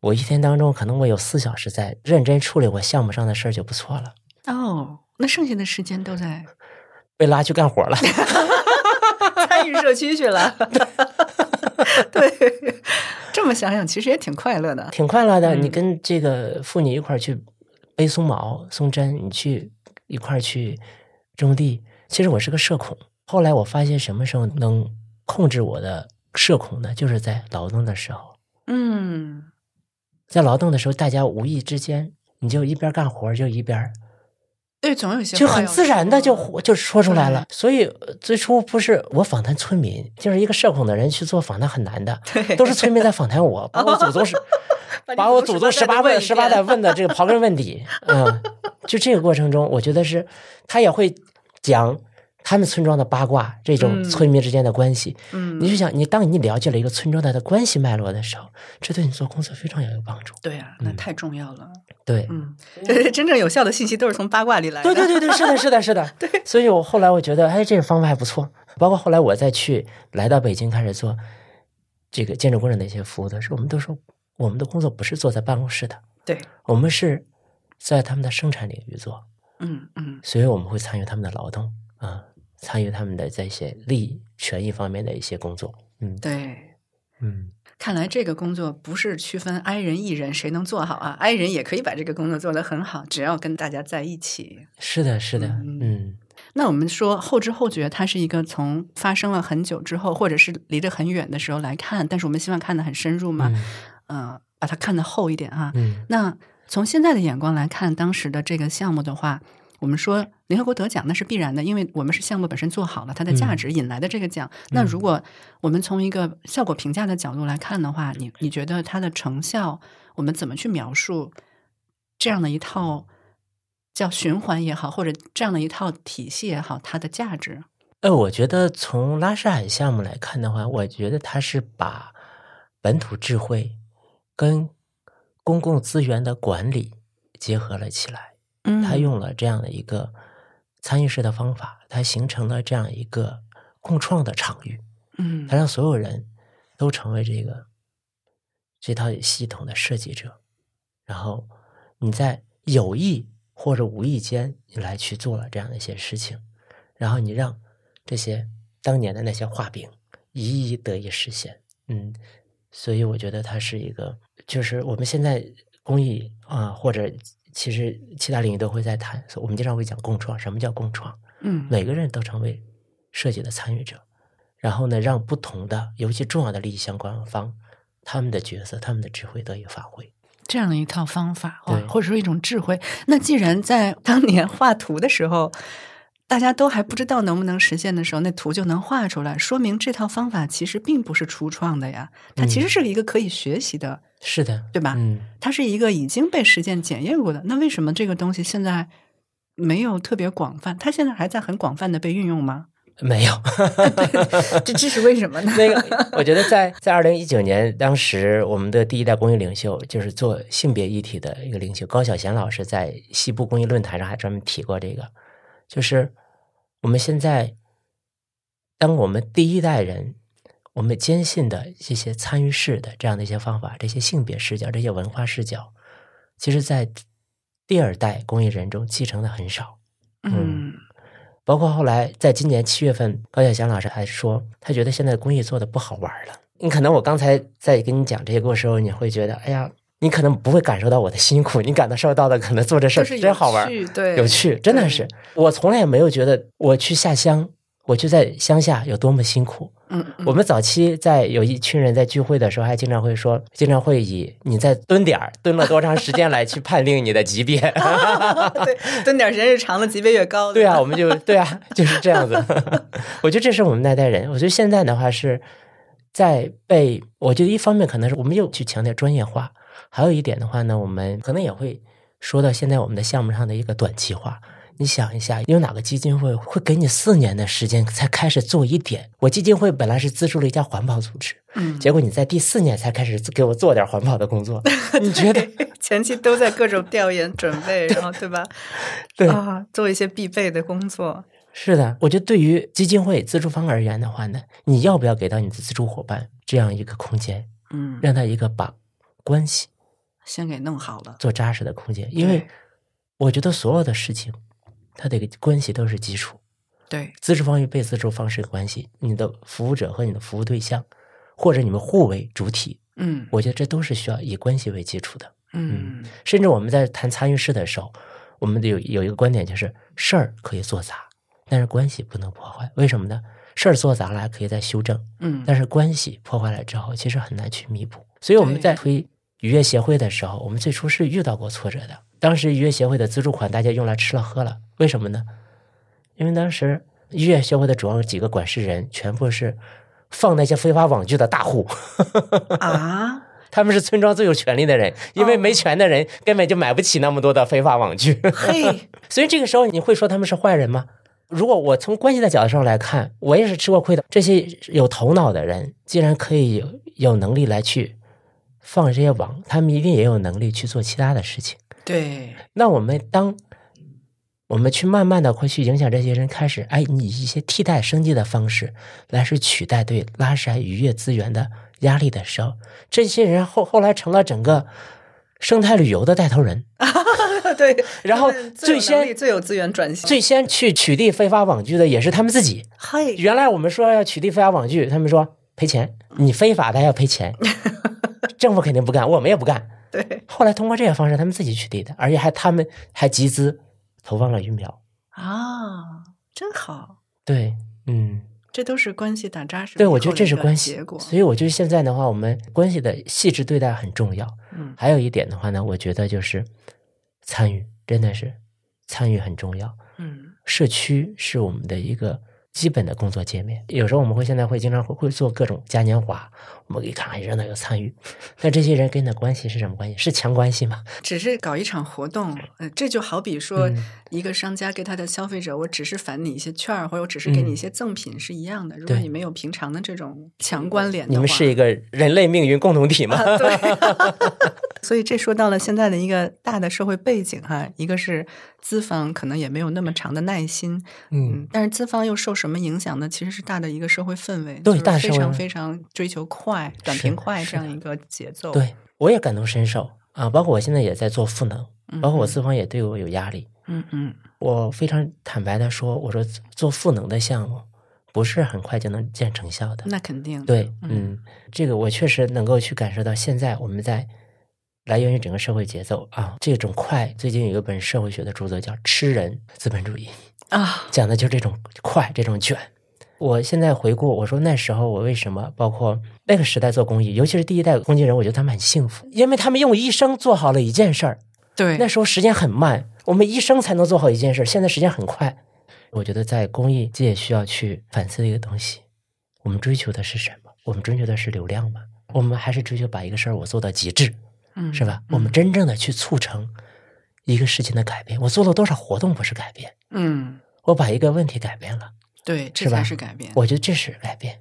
Speaker 2: 我一天当中可能我有四小时在认真处理我项目上的事儿就不错了，
Speaker 1: 哦，那剩下的时间都在
Speaker 2: 被拉去干活了。
Speaker 1: 参与社区去了。 *laughs* 对，这么想想其实也挺快乐的。
Speaker 2: 挺快乐的。
Speaker 1: 嗯
Speaker 2: 你跟这个妇女一块儿去背松毛、松针，你去一块儿去种地。其实我是个社恐，后来我发现什么时候能控制我的社恐呢？就是在劳动的时候，
Speaker 1: 嗯，
Speaker 2: 在劳动的时候，大家无意之间你就一边干活儿就一边儿
Speaker 1: 对，总有一些
Speaker 2: 就
Speaker 1: 话
Speaker 2: 很
Speaker 1: 要
Speaker 2: 自然的就
Speaker 1: 说
Speaker 2: 活就说出来了。所以呃最初不是我访谈村民，就是一个社恐的人去做访谈很 *laughs* 难的，
Speaker 1: 对，
Speaker 2: 都是村民在访谈我，把我祖宗是哦 *laughs* 把我祖宗十八问十八代问的这个刨根问底，嗯，就这个过程中，我觉得是他也会讲他们村庄的八卦，这种
Speaker 1: 嗯
Speaker 2: 村民之间的关系。
Speaker 1: 嗯，
Speaker 2: 你就想，你当你了解了一个村庄的它的关系脉络的时候，这对你做工作非常有帮助。
Speaker 1: 对啊，那
Speaker 2: 嗯
Speaker 1: 太重要了。
Speaker 2: 对，
Speaker 1: 嗯， *laughs* 真正有效的信息都是从八卦里来的。
Speaker 2: *laughs* 对对对对，是的，是的，是的。 *laughs* 对，所以我后来我觉得，哎，这个方法还不错。包括后来我再去来到北京开始做这个建筑工人的一些服务的时候，我们都说我们的工作不是坐在办公室的，
Speaker 1: 对，
Speaker 2: 我们是在他们的生产领域做，
Speaker 1: 嗯嗯
Speaker 2: 所以我们会参与他们的劳动啊，参与他们的这些利益权益方面的一些工作。嗯
Speaker 1: 对。
Speaker 2: 嗯，
Speaker 1: 看来这个工作不是区分 i 人 e 人谁能做好啊，i 人也可以把这个工作做得很好，只要跟大家在一起。
Speaker 2: 是的，是的，
Speaker 1: 嗯
Speaker 2: 嗯
Speaker 1: 那我们说后知后觉，它是一个从发生了很久之后，或者是离得很远的时候来看，但是我们希望看得很深入嘛，
Speaker 2: 嗯
Speaker 1: 嗯、呃，把它看得厚一点啊。
Speaker 2: 嗯
Speaker 1: 那从现在的眼光来看，当时的这个项目的话，我们说联合国得奖那是必然的，因为我们是项目本身做好了，它的价值引来的这个奖。那如果我们从一个效果评价的角度来看的话，你你觉得它的成效，我们怎么去描述这样的一套叫循环也好，或者这样的一套体系也好，它的价值？
Speaker 2: 呃，我觉得从拉沙海项目来看的话，我觉得它是把本土智慧跟公共资源的管理结合了起来。
Speaker 1: 嗯
Speaker 2: 它用了这样的一个参与式的方法，它形成了这样一个共创的场域，
Speaker 1: 嗯
Speaker 2: 它让所有人都成为这个这套系统的设计者。然后你在有意或者无意间，你来去做了这样的一些事情，然后你让这些当年的那些画饼一一得以实现。嗯，所以我觉得它是一个，就是我们现在公益啊、或者其实其他领域都会在谈，所以我们经常会讲共创。什么叫共创？
Speaker 1: 嗯
Speaker 2: 每个人都成为设计的参与者，然后呢，让不同的，尤其重要的利益相关方，他们的角色、他们的智慧得以发挥。
Speaker 1: 这样的一套方法，哇
Speaker 2: 对
Speaker 1: 或者说一种智慧。那既然在 *laughs* 当年画图的时候，大家都还不知道能不能实现的时候，那图就能画出来，说明这套方法其实并不是初创的呀，它其实是一个可以学习的，
Speaker 2: 是的，
Speaker 1: 对吧？
Speaker 2: 嗯，
Speaker 1: 它是一个已经被实践检验过的。那为什么这个东西现在没有特别广泛？它现在还在很广泛的被运用吗？
Speaker 2: 没有。
Speaker 1: *laughs* 这这是为什么呢？
Speaker 2: 那个，我觉得在在二零一九年，当时我们的第一代公益领袖就是做性别议题的一个领袖高晓贤老师，在西部公益论坛上还专门提过这个，就是我们现在，当我们第一代人，我们坚信的这些参与式的这样的一些方法，这些性别视角、这些文化视角，其实在第二代公益人中继承的很少。
Speaker 1: *laughs* 嗯
Speaker 2: 包括后来在今年七月份，高晓翔老师还说，他觉得现在公益做的不好玩了。你可能我刚才在跟你讲这些故事时候，你会觉得，哎呀，你可能不会感受到我的辛苦，你感受到的可能做这事儿
Speaker 1: 就是
Speaker 2: 真好玩，
Speaker 1: 有趣对，
Speaker 2: 有趣，真的是。我从来也没有觉得我去下乡，我去在乡下有多么辛苦。
Speaker 1: 嗯，嗯，
Speaker 2: 我们早期在有一群人在聚会的时候，还经常会说，经常会以你在蹲点儿蹲了多长时间来去判定你的级别。
Speaker 1: 对，蹲点儿时间越长了，级别越高。
Speaker 2: *laughs* 对啊，我们就对啊，就是这样子。 *laughs* 我觉得这是我们那代人。我觉得现在的话是在被，我觉得一方面可能是我们又去强调专业化，还有一点的话呢，我们可能也会说到现在我们的项目上的一个短期化。你想一下，有哪个基金会会给你四年的时间才开始做一点？我基金会本来是资助了一家环保组织，
Speaker 1: 嗯，
Speaker 2: 结果你在第四年才开始给我做点环保的工作，你觉得
Speaker 1: 前期都在各种调研准备，然后对吧？
Speaker 2: *laughs* 对
Speaker 1: 啊，做一些必备的工作。
Speaker 2: 是的，我觉得对于基金会资助方而言的话呢，你要不要给到你的资助伙伴这样一个空间，
Speaker 1: 嗯，
Speaker 2: 让他一个把关系
Speaker 1: 先给弄好了。
Speaker 2: 做扎实的空间？因为
Speaker 1: 对
Speaker 2: 我觉得所有的事情，它的一个关系都是基础，
Speaker 1: 对，
Speaker 2: 资助方与被资助方是个关系，你的服务者和你的服务对象，或者你们互为主体，
Speaker 1: 嗯
Speaker 2: 我觉得这都是需要以关系为基础的。
Speaker 1: 嗯
Speaker 2: 甚至我们在谈参与式的时候，我们有有一个观点就是事儿可以做砸，但是关系不能破坏。为什么呢？事儿做砸了还可以再修正，
Speaker 1: 嗯，
Speaker 2: 但是关系破坏了之后，其实很难去弥补。所以我们在推愉悦协会的时候，我们最初是遇到过挫折的。当时愉悦协会的资助款大家用来吃了喝了，为什么呢？因为当时愉悦协会的主要几个管事人全部是放那些非法网剧的大户，
Speaker 1: 啊，
Speaker 2: 他们是村庄最有权利的人，因为
Speaker 1: 哦
Speaker 2: 没权的人根本就买不起那么多的非法网剧。 *laughs*
Speaker 1: 嘿，
Speaker 2: 所以这个时候你会说他们是坏人吗？如果我从关系的角度上来看，我也是吃过亏的。这些有头脑的人，既然可以有有能力来去放这些网，他们一定也有能力去做其他的事情。 *laughs*
Speaker 1: 对，
Speaker 2: 那我们当我们去慢慢的会去影响这些人，开始哎，你以一些替代生计的方式来是取代对拉山渔业资源的压力的时候，这些人后后来成了整个生态旅游的带头人，
Speaker 1: 对。
Speaker 2: 然
Speaker 1: *laughs*
Speaker 2: 后
Speaker 1: 他们
Speaker 2: 最
Speaker 1: 有能力
Speaker 2: 先
Speaker 1: 最有资源转型，
Speaker 2: 最先去取缔非法网剧的也是他们自己。
Speaker 1: 嘿，
Speaker 2: 原来我们说要取缔非法网剧，他们说赔钱，你非法的要赔
Speaker 1: *laughs*
Speaker 2: 钱，政府肯定不干，我们也不干。
Speaker 1: 对
Speaker 2: 后来通过这个方式，他们自己取缔的，而且还他们还集资投放了鱼苗。
Speaker 1: 啊，真好，
Speaker 2: 对，嗯，
Speaker 1: 这都是关系打扎实了以
Speaker 2: 对，
Speaker 1: 后的一
Speaker 2: 我
Speaker 1: 个结果。
Speaker 2: 觉得这是关系。所以我觉得现在的话，我们关系的细致对待很重要。
Speaker 1: 嗯
Speaker 2: 还有一点的话呢，我觉得就是参与，真的是参与很重要。
Speaker 1: 嗯
Speaker 2: 社区是我们的一个基本的工作界面。有时候我们会现在会经常会会做各种嘉年华，我们可以看看热闹有参与，但这些人跟你的关系是什么关系？是强关系吗？
Speaker 1: 只是搞一场活动，呃，这就好比说
Speaker 2: 嗯
Speaker 1: 一个商家给他的消费者，我只是返你一些券儿，或者我只是给你一些赠品是一样的。如果
Speaker 2: 嗯对
Speaker 1: 你没有平常的这种强关联的话，
Speaker 2: 你
Speaker 1: *laughs*
Speaker 2: 们是一个人类命运共同体吗？
Speaker 1: 啊，对。
Speaker 2: *laughs*
Speaker 1: 所以这说到了现在的一个大的社会背景哈、一个是资方可能也没有那么长的耐心，
Speaker 2: 嗯
Speaker 1: 嗯，但是资方又受什么影响呢？其实是大的一个社会氛围，
Speaker 2: 对
Speaker 1: 就是
Speaker 2: 大
Speaker 1: 非
Speaker 2: 社会
Speaker 1: 常
Speaker 2: 氛围
Speaker 1: 非常追求快、短
Speaker 2: 是
Speaker 1: 平快
Speaker 2: 是
Speaker 1: 这样
Speaker 2: 的
Speaker 1: 一个节奏。，
Speaker 2: 对我也感同身受啊！包括我现在也在做赋能，
Speaker 1: 嗯
Speaker 2: 包括我资方也对我有压力。
Speaker 1: 嗯嗯
Speaker 2: 我非常坦白的说，我说做赋能的项目不是很快就能见成效的。
Speaker 1: 那肯定
Speaker 2: 对，
Speaker 1: 嗯
Speaker 2: 嗯，这个我确实能够去感受到，现在我们在来源于整个社会节奏啊，这种快。最近有一本社会学的著作叫《吃人资本主义》，
Speaker 1: 啊，
Speaker 2: 讲的就是这种快，这种卷。我现在回顾，我说那时候我为什么，包括那个时代做公益，尤其是第一代公益人，我觉得他们很幸福，因为他们用一生做好了一件事儿。
Speaker 1: 对，
Speaker 2: 那时候时间很慢，我们一生才能做好一件事，现在时间很快。我觉得在公益界需要去反思的一个东西，我们追求的是什么？我们追求的是流量吗？我们还是追求把一个事儿我做到极致，
Speaker 1: 嗯
Speaker 2: 是吧？我们真正的去促成一个事情的改变。我做了多少活动不是改变？
Speaker 1: 嗯，
Speaker 2: 我把一个问题改变了，
Speaker 1: 对，这
Speaker 2: 是吧
Speaker 1: 才是改变。
Speaker 2: 我觉得这是改变。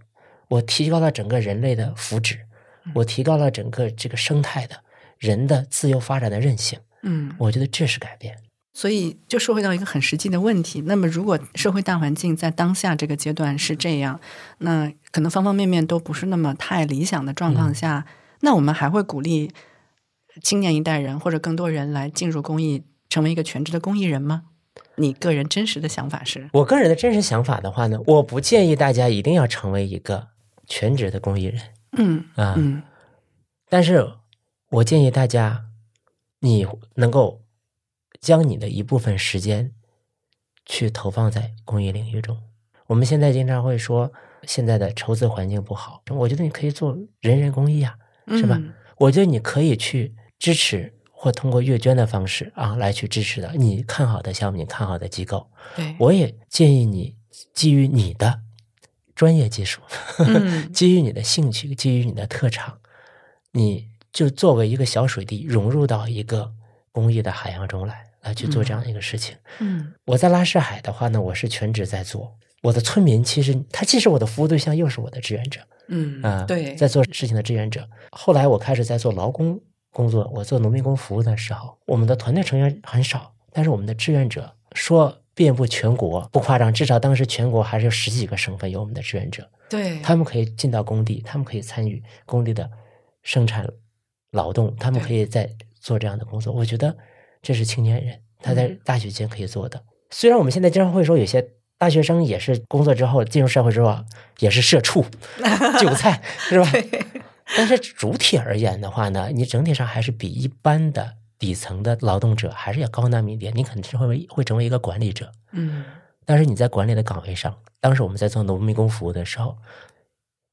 Speaker 2: 我提高了整个人类的福祉，我提高了整个这个生态的人的自由发展的韧性。
Speaker 1: 嗯，
Speaker 2: 我觉得这是改变。
Speaker 1: 所以就说回到一个很实际的问题，那么如果社会大环境在当下这个阶段是这样，那可能方方面面都不是那么太理想的状
Speaker 2: 嗯
Speaker 1: 况下，那我们还会鼓励青年一代人或者更多人来进入公益
Speaker 3: 成为一个全职的公益人吗？你个人真实的想法是？
Speaker 2: 我个人的真实想法的话呢，我不建议大家一定要成为一个全职的公益人
Speaker 3: 嗯
Speaker 2: 啊，
Speaker 3: 嗯
Speaker 2: 但是我建议大家，你能够将你的一部分时间去投放在公益领域中。我们现在经常会说，现在的筹资环境不好，我觉得你可以做人人公益啊，是吧？
Speaker 3: 嗯
Speaker 2: 我觉得你可以去支持，或通过阅捐的方式啊来去支持的你看好的项目，你看好的机构。
Speaker 3: 对，
Speaker 2: 我也建议你基于你的专业技术，
Speaker 3: 嗯
Speaker 2: *laughs* 基于你的兴趣，基于你的特长，你就作为一个小水滴，融入到一个公益的海洋中来，来去做这样一个事情。
Speaker 3: 嗯
Speaker 2: 我在拉市海的话呢，我是全职在做。我的村民其实他既是我的服务对象，又是我的志愿者。
Speaker 3: 嗯
Speaker 2: 啊、
Speaker 3: 对，
Speaker 2: 在做事情的志愿者。后来我开始在做劳工工作，我做农民工服务的时候，我们的团队成员很少，但是我们的志愿者说遍布全国，不夸张，至少当时全国还是有十几个省份有我们的志愿者，
Speaker 3: 对，
Speaker 2: 他们可以进到工地，他们可以参与工地的生产劳动，他们
Speaker 3: 对
Speaker 2: 可以在做这样的工作。我觉得这是青年人他在
Speaker 3: 嗯
Speaker 2: 大学间可以做的。虽然我们现在经常会说有些大学生也是工作之后进入社会之后啊也是社
Speaker 3: *laughs*
Speaker 2: 畜、韭菜，是吧？但是主体而言的话呢，你整体上还是比一般的底层的劳动者还是要高那么一点。你肯定是会会成为一个管理者，
Speaker 3: 嗯
Speaker 2: 但是你在管理的岗位上，当时我们在做农民工服务的时候，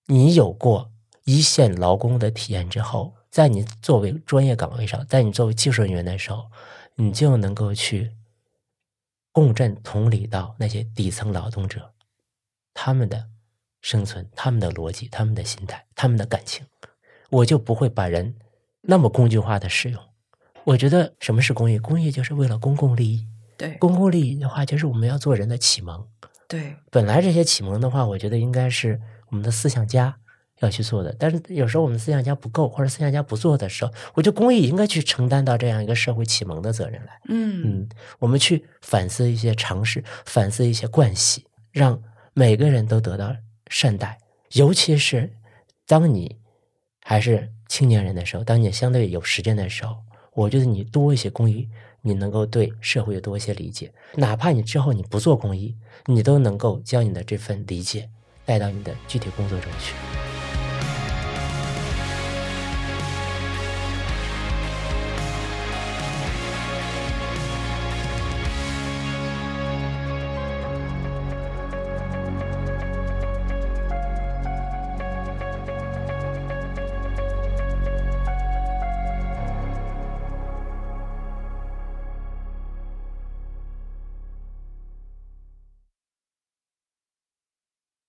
Speaker 2: 你有过一线劳工的体验之后，在你作为专业岗位上，在你作为技术人员的时候，你就能够去共振同理到那些底层劳动者，他们的生存、他们的逻辑、他们的心态、他们的感情，我就不会把人那么工具化的使用。我觉得什么是公益？公益就是为了公共利益。
Speaker 3: 对
Speaker 2: 公共利益的话，就是我们要做人的启蒙。
Speaker 3: 对
Speaker 2: 本来这些启蒙的话，我觉得应该是我们的思想家要去做的。但是有时候我们思想家不够，或者思想家不做的时候，我觉得公益应该去承担到这样一个社会启蒙的责任来。
Speaker 3: 嗯
Speaker 2: 嗯，我们去反思一些常识，反思一些惯习，让每个人都得到善待。尤其是当你还是青年人的时候，当你相对有时间的时候，我觉得你多一些公益，你能够对社会有多一些理解。哪怕你之后你不做公益，你都能够将你的这份理解带到你的具体工作中去。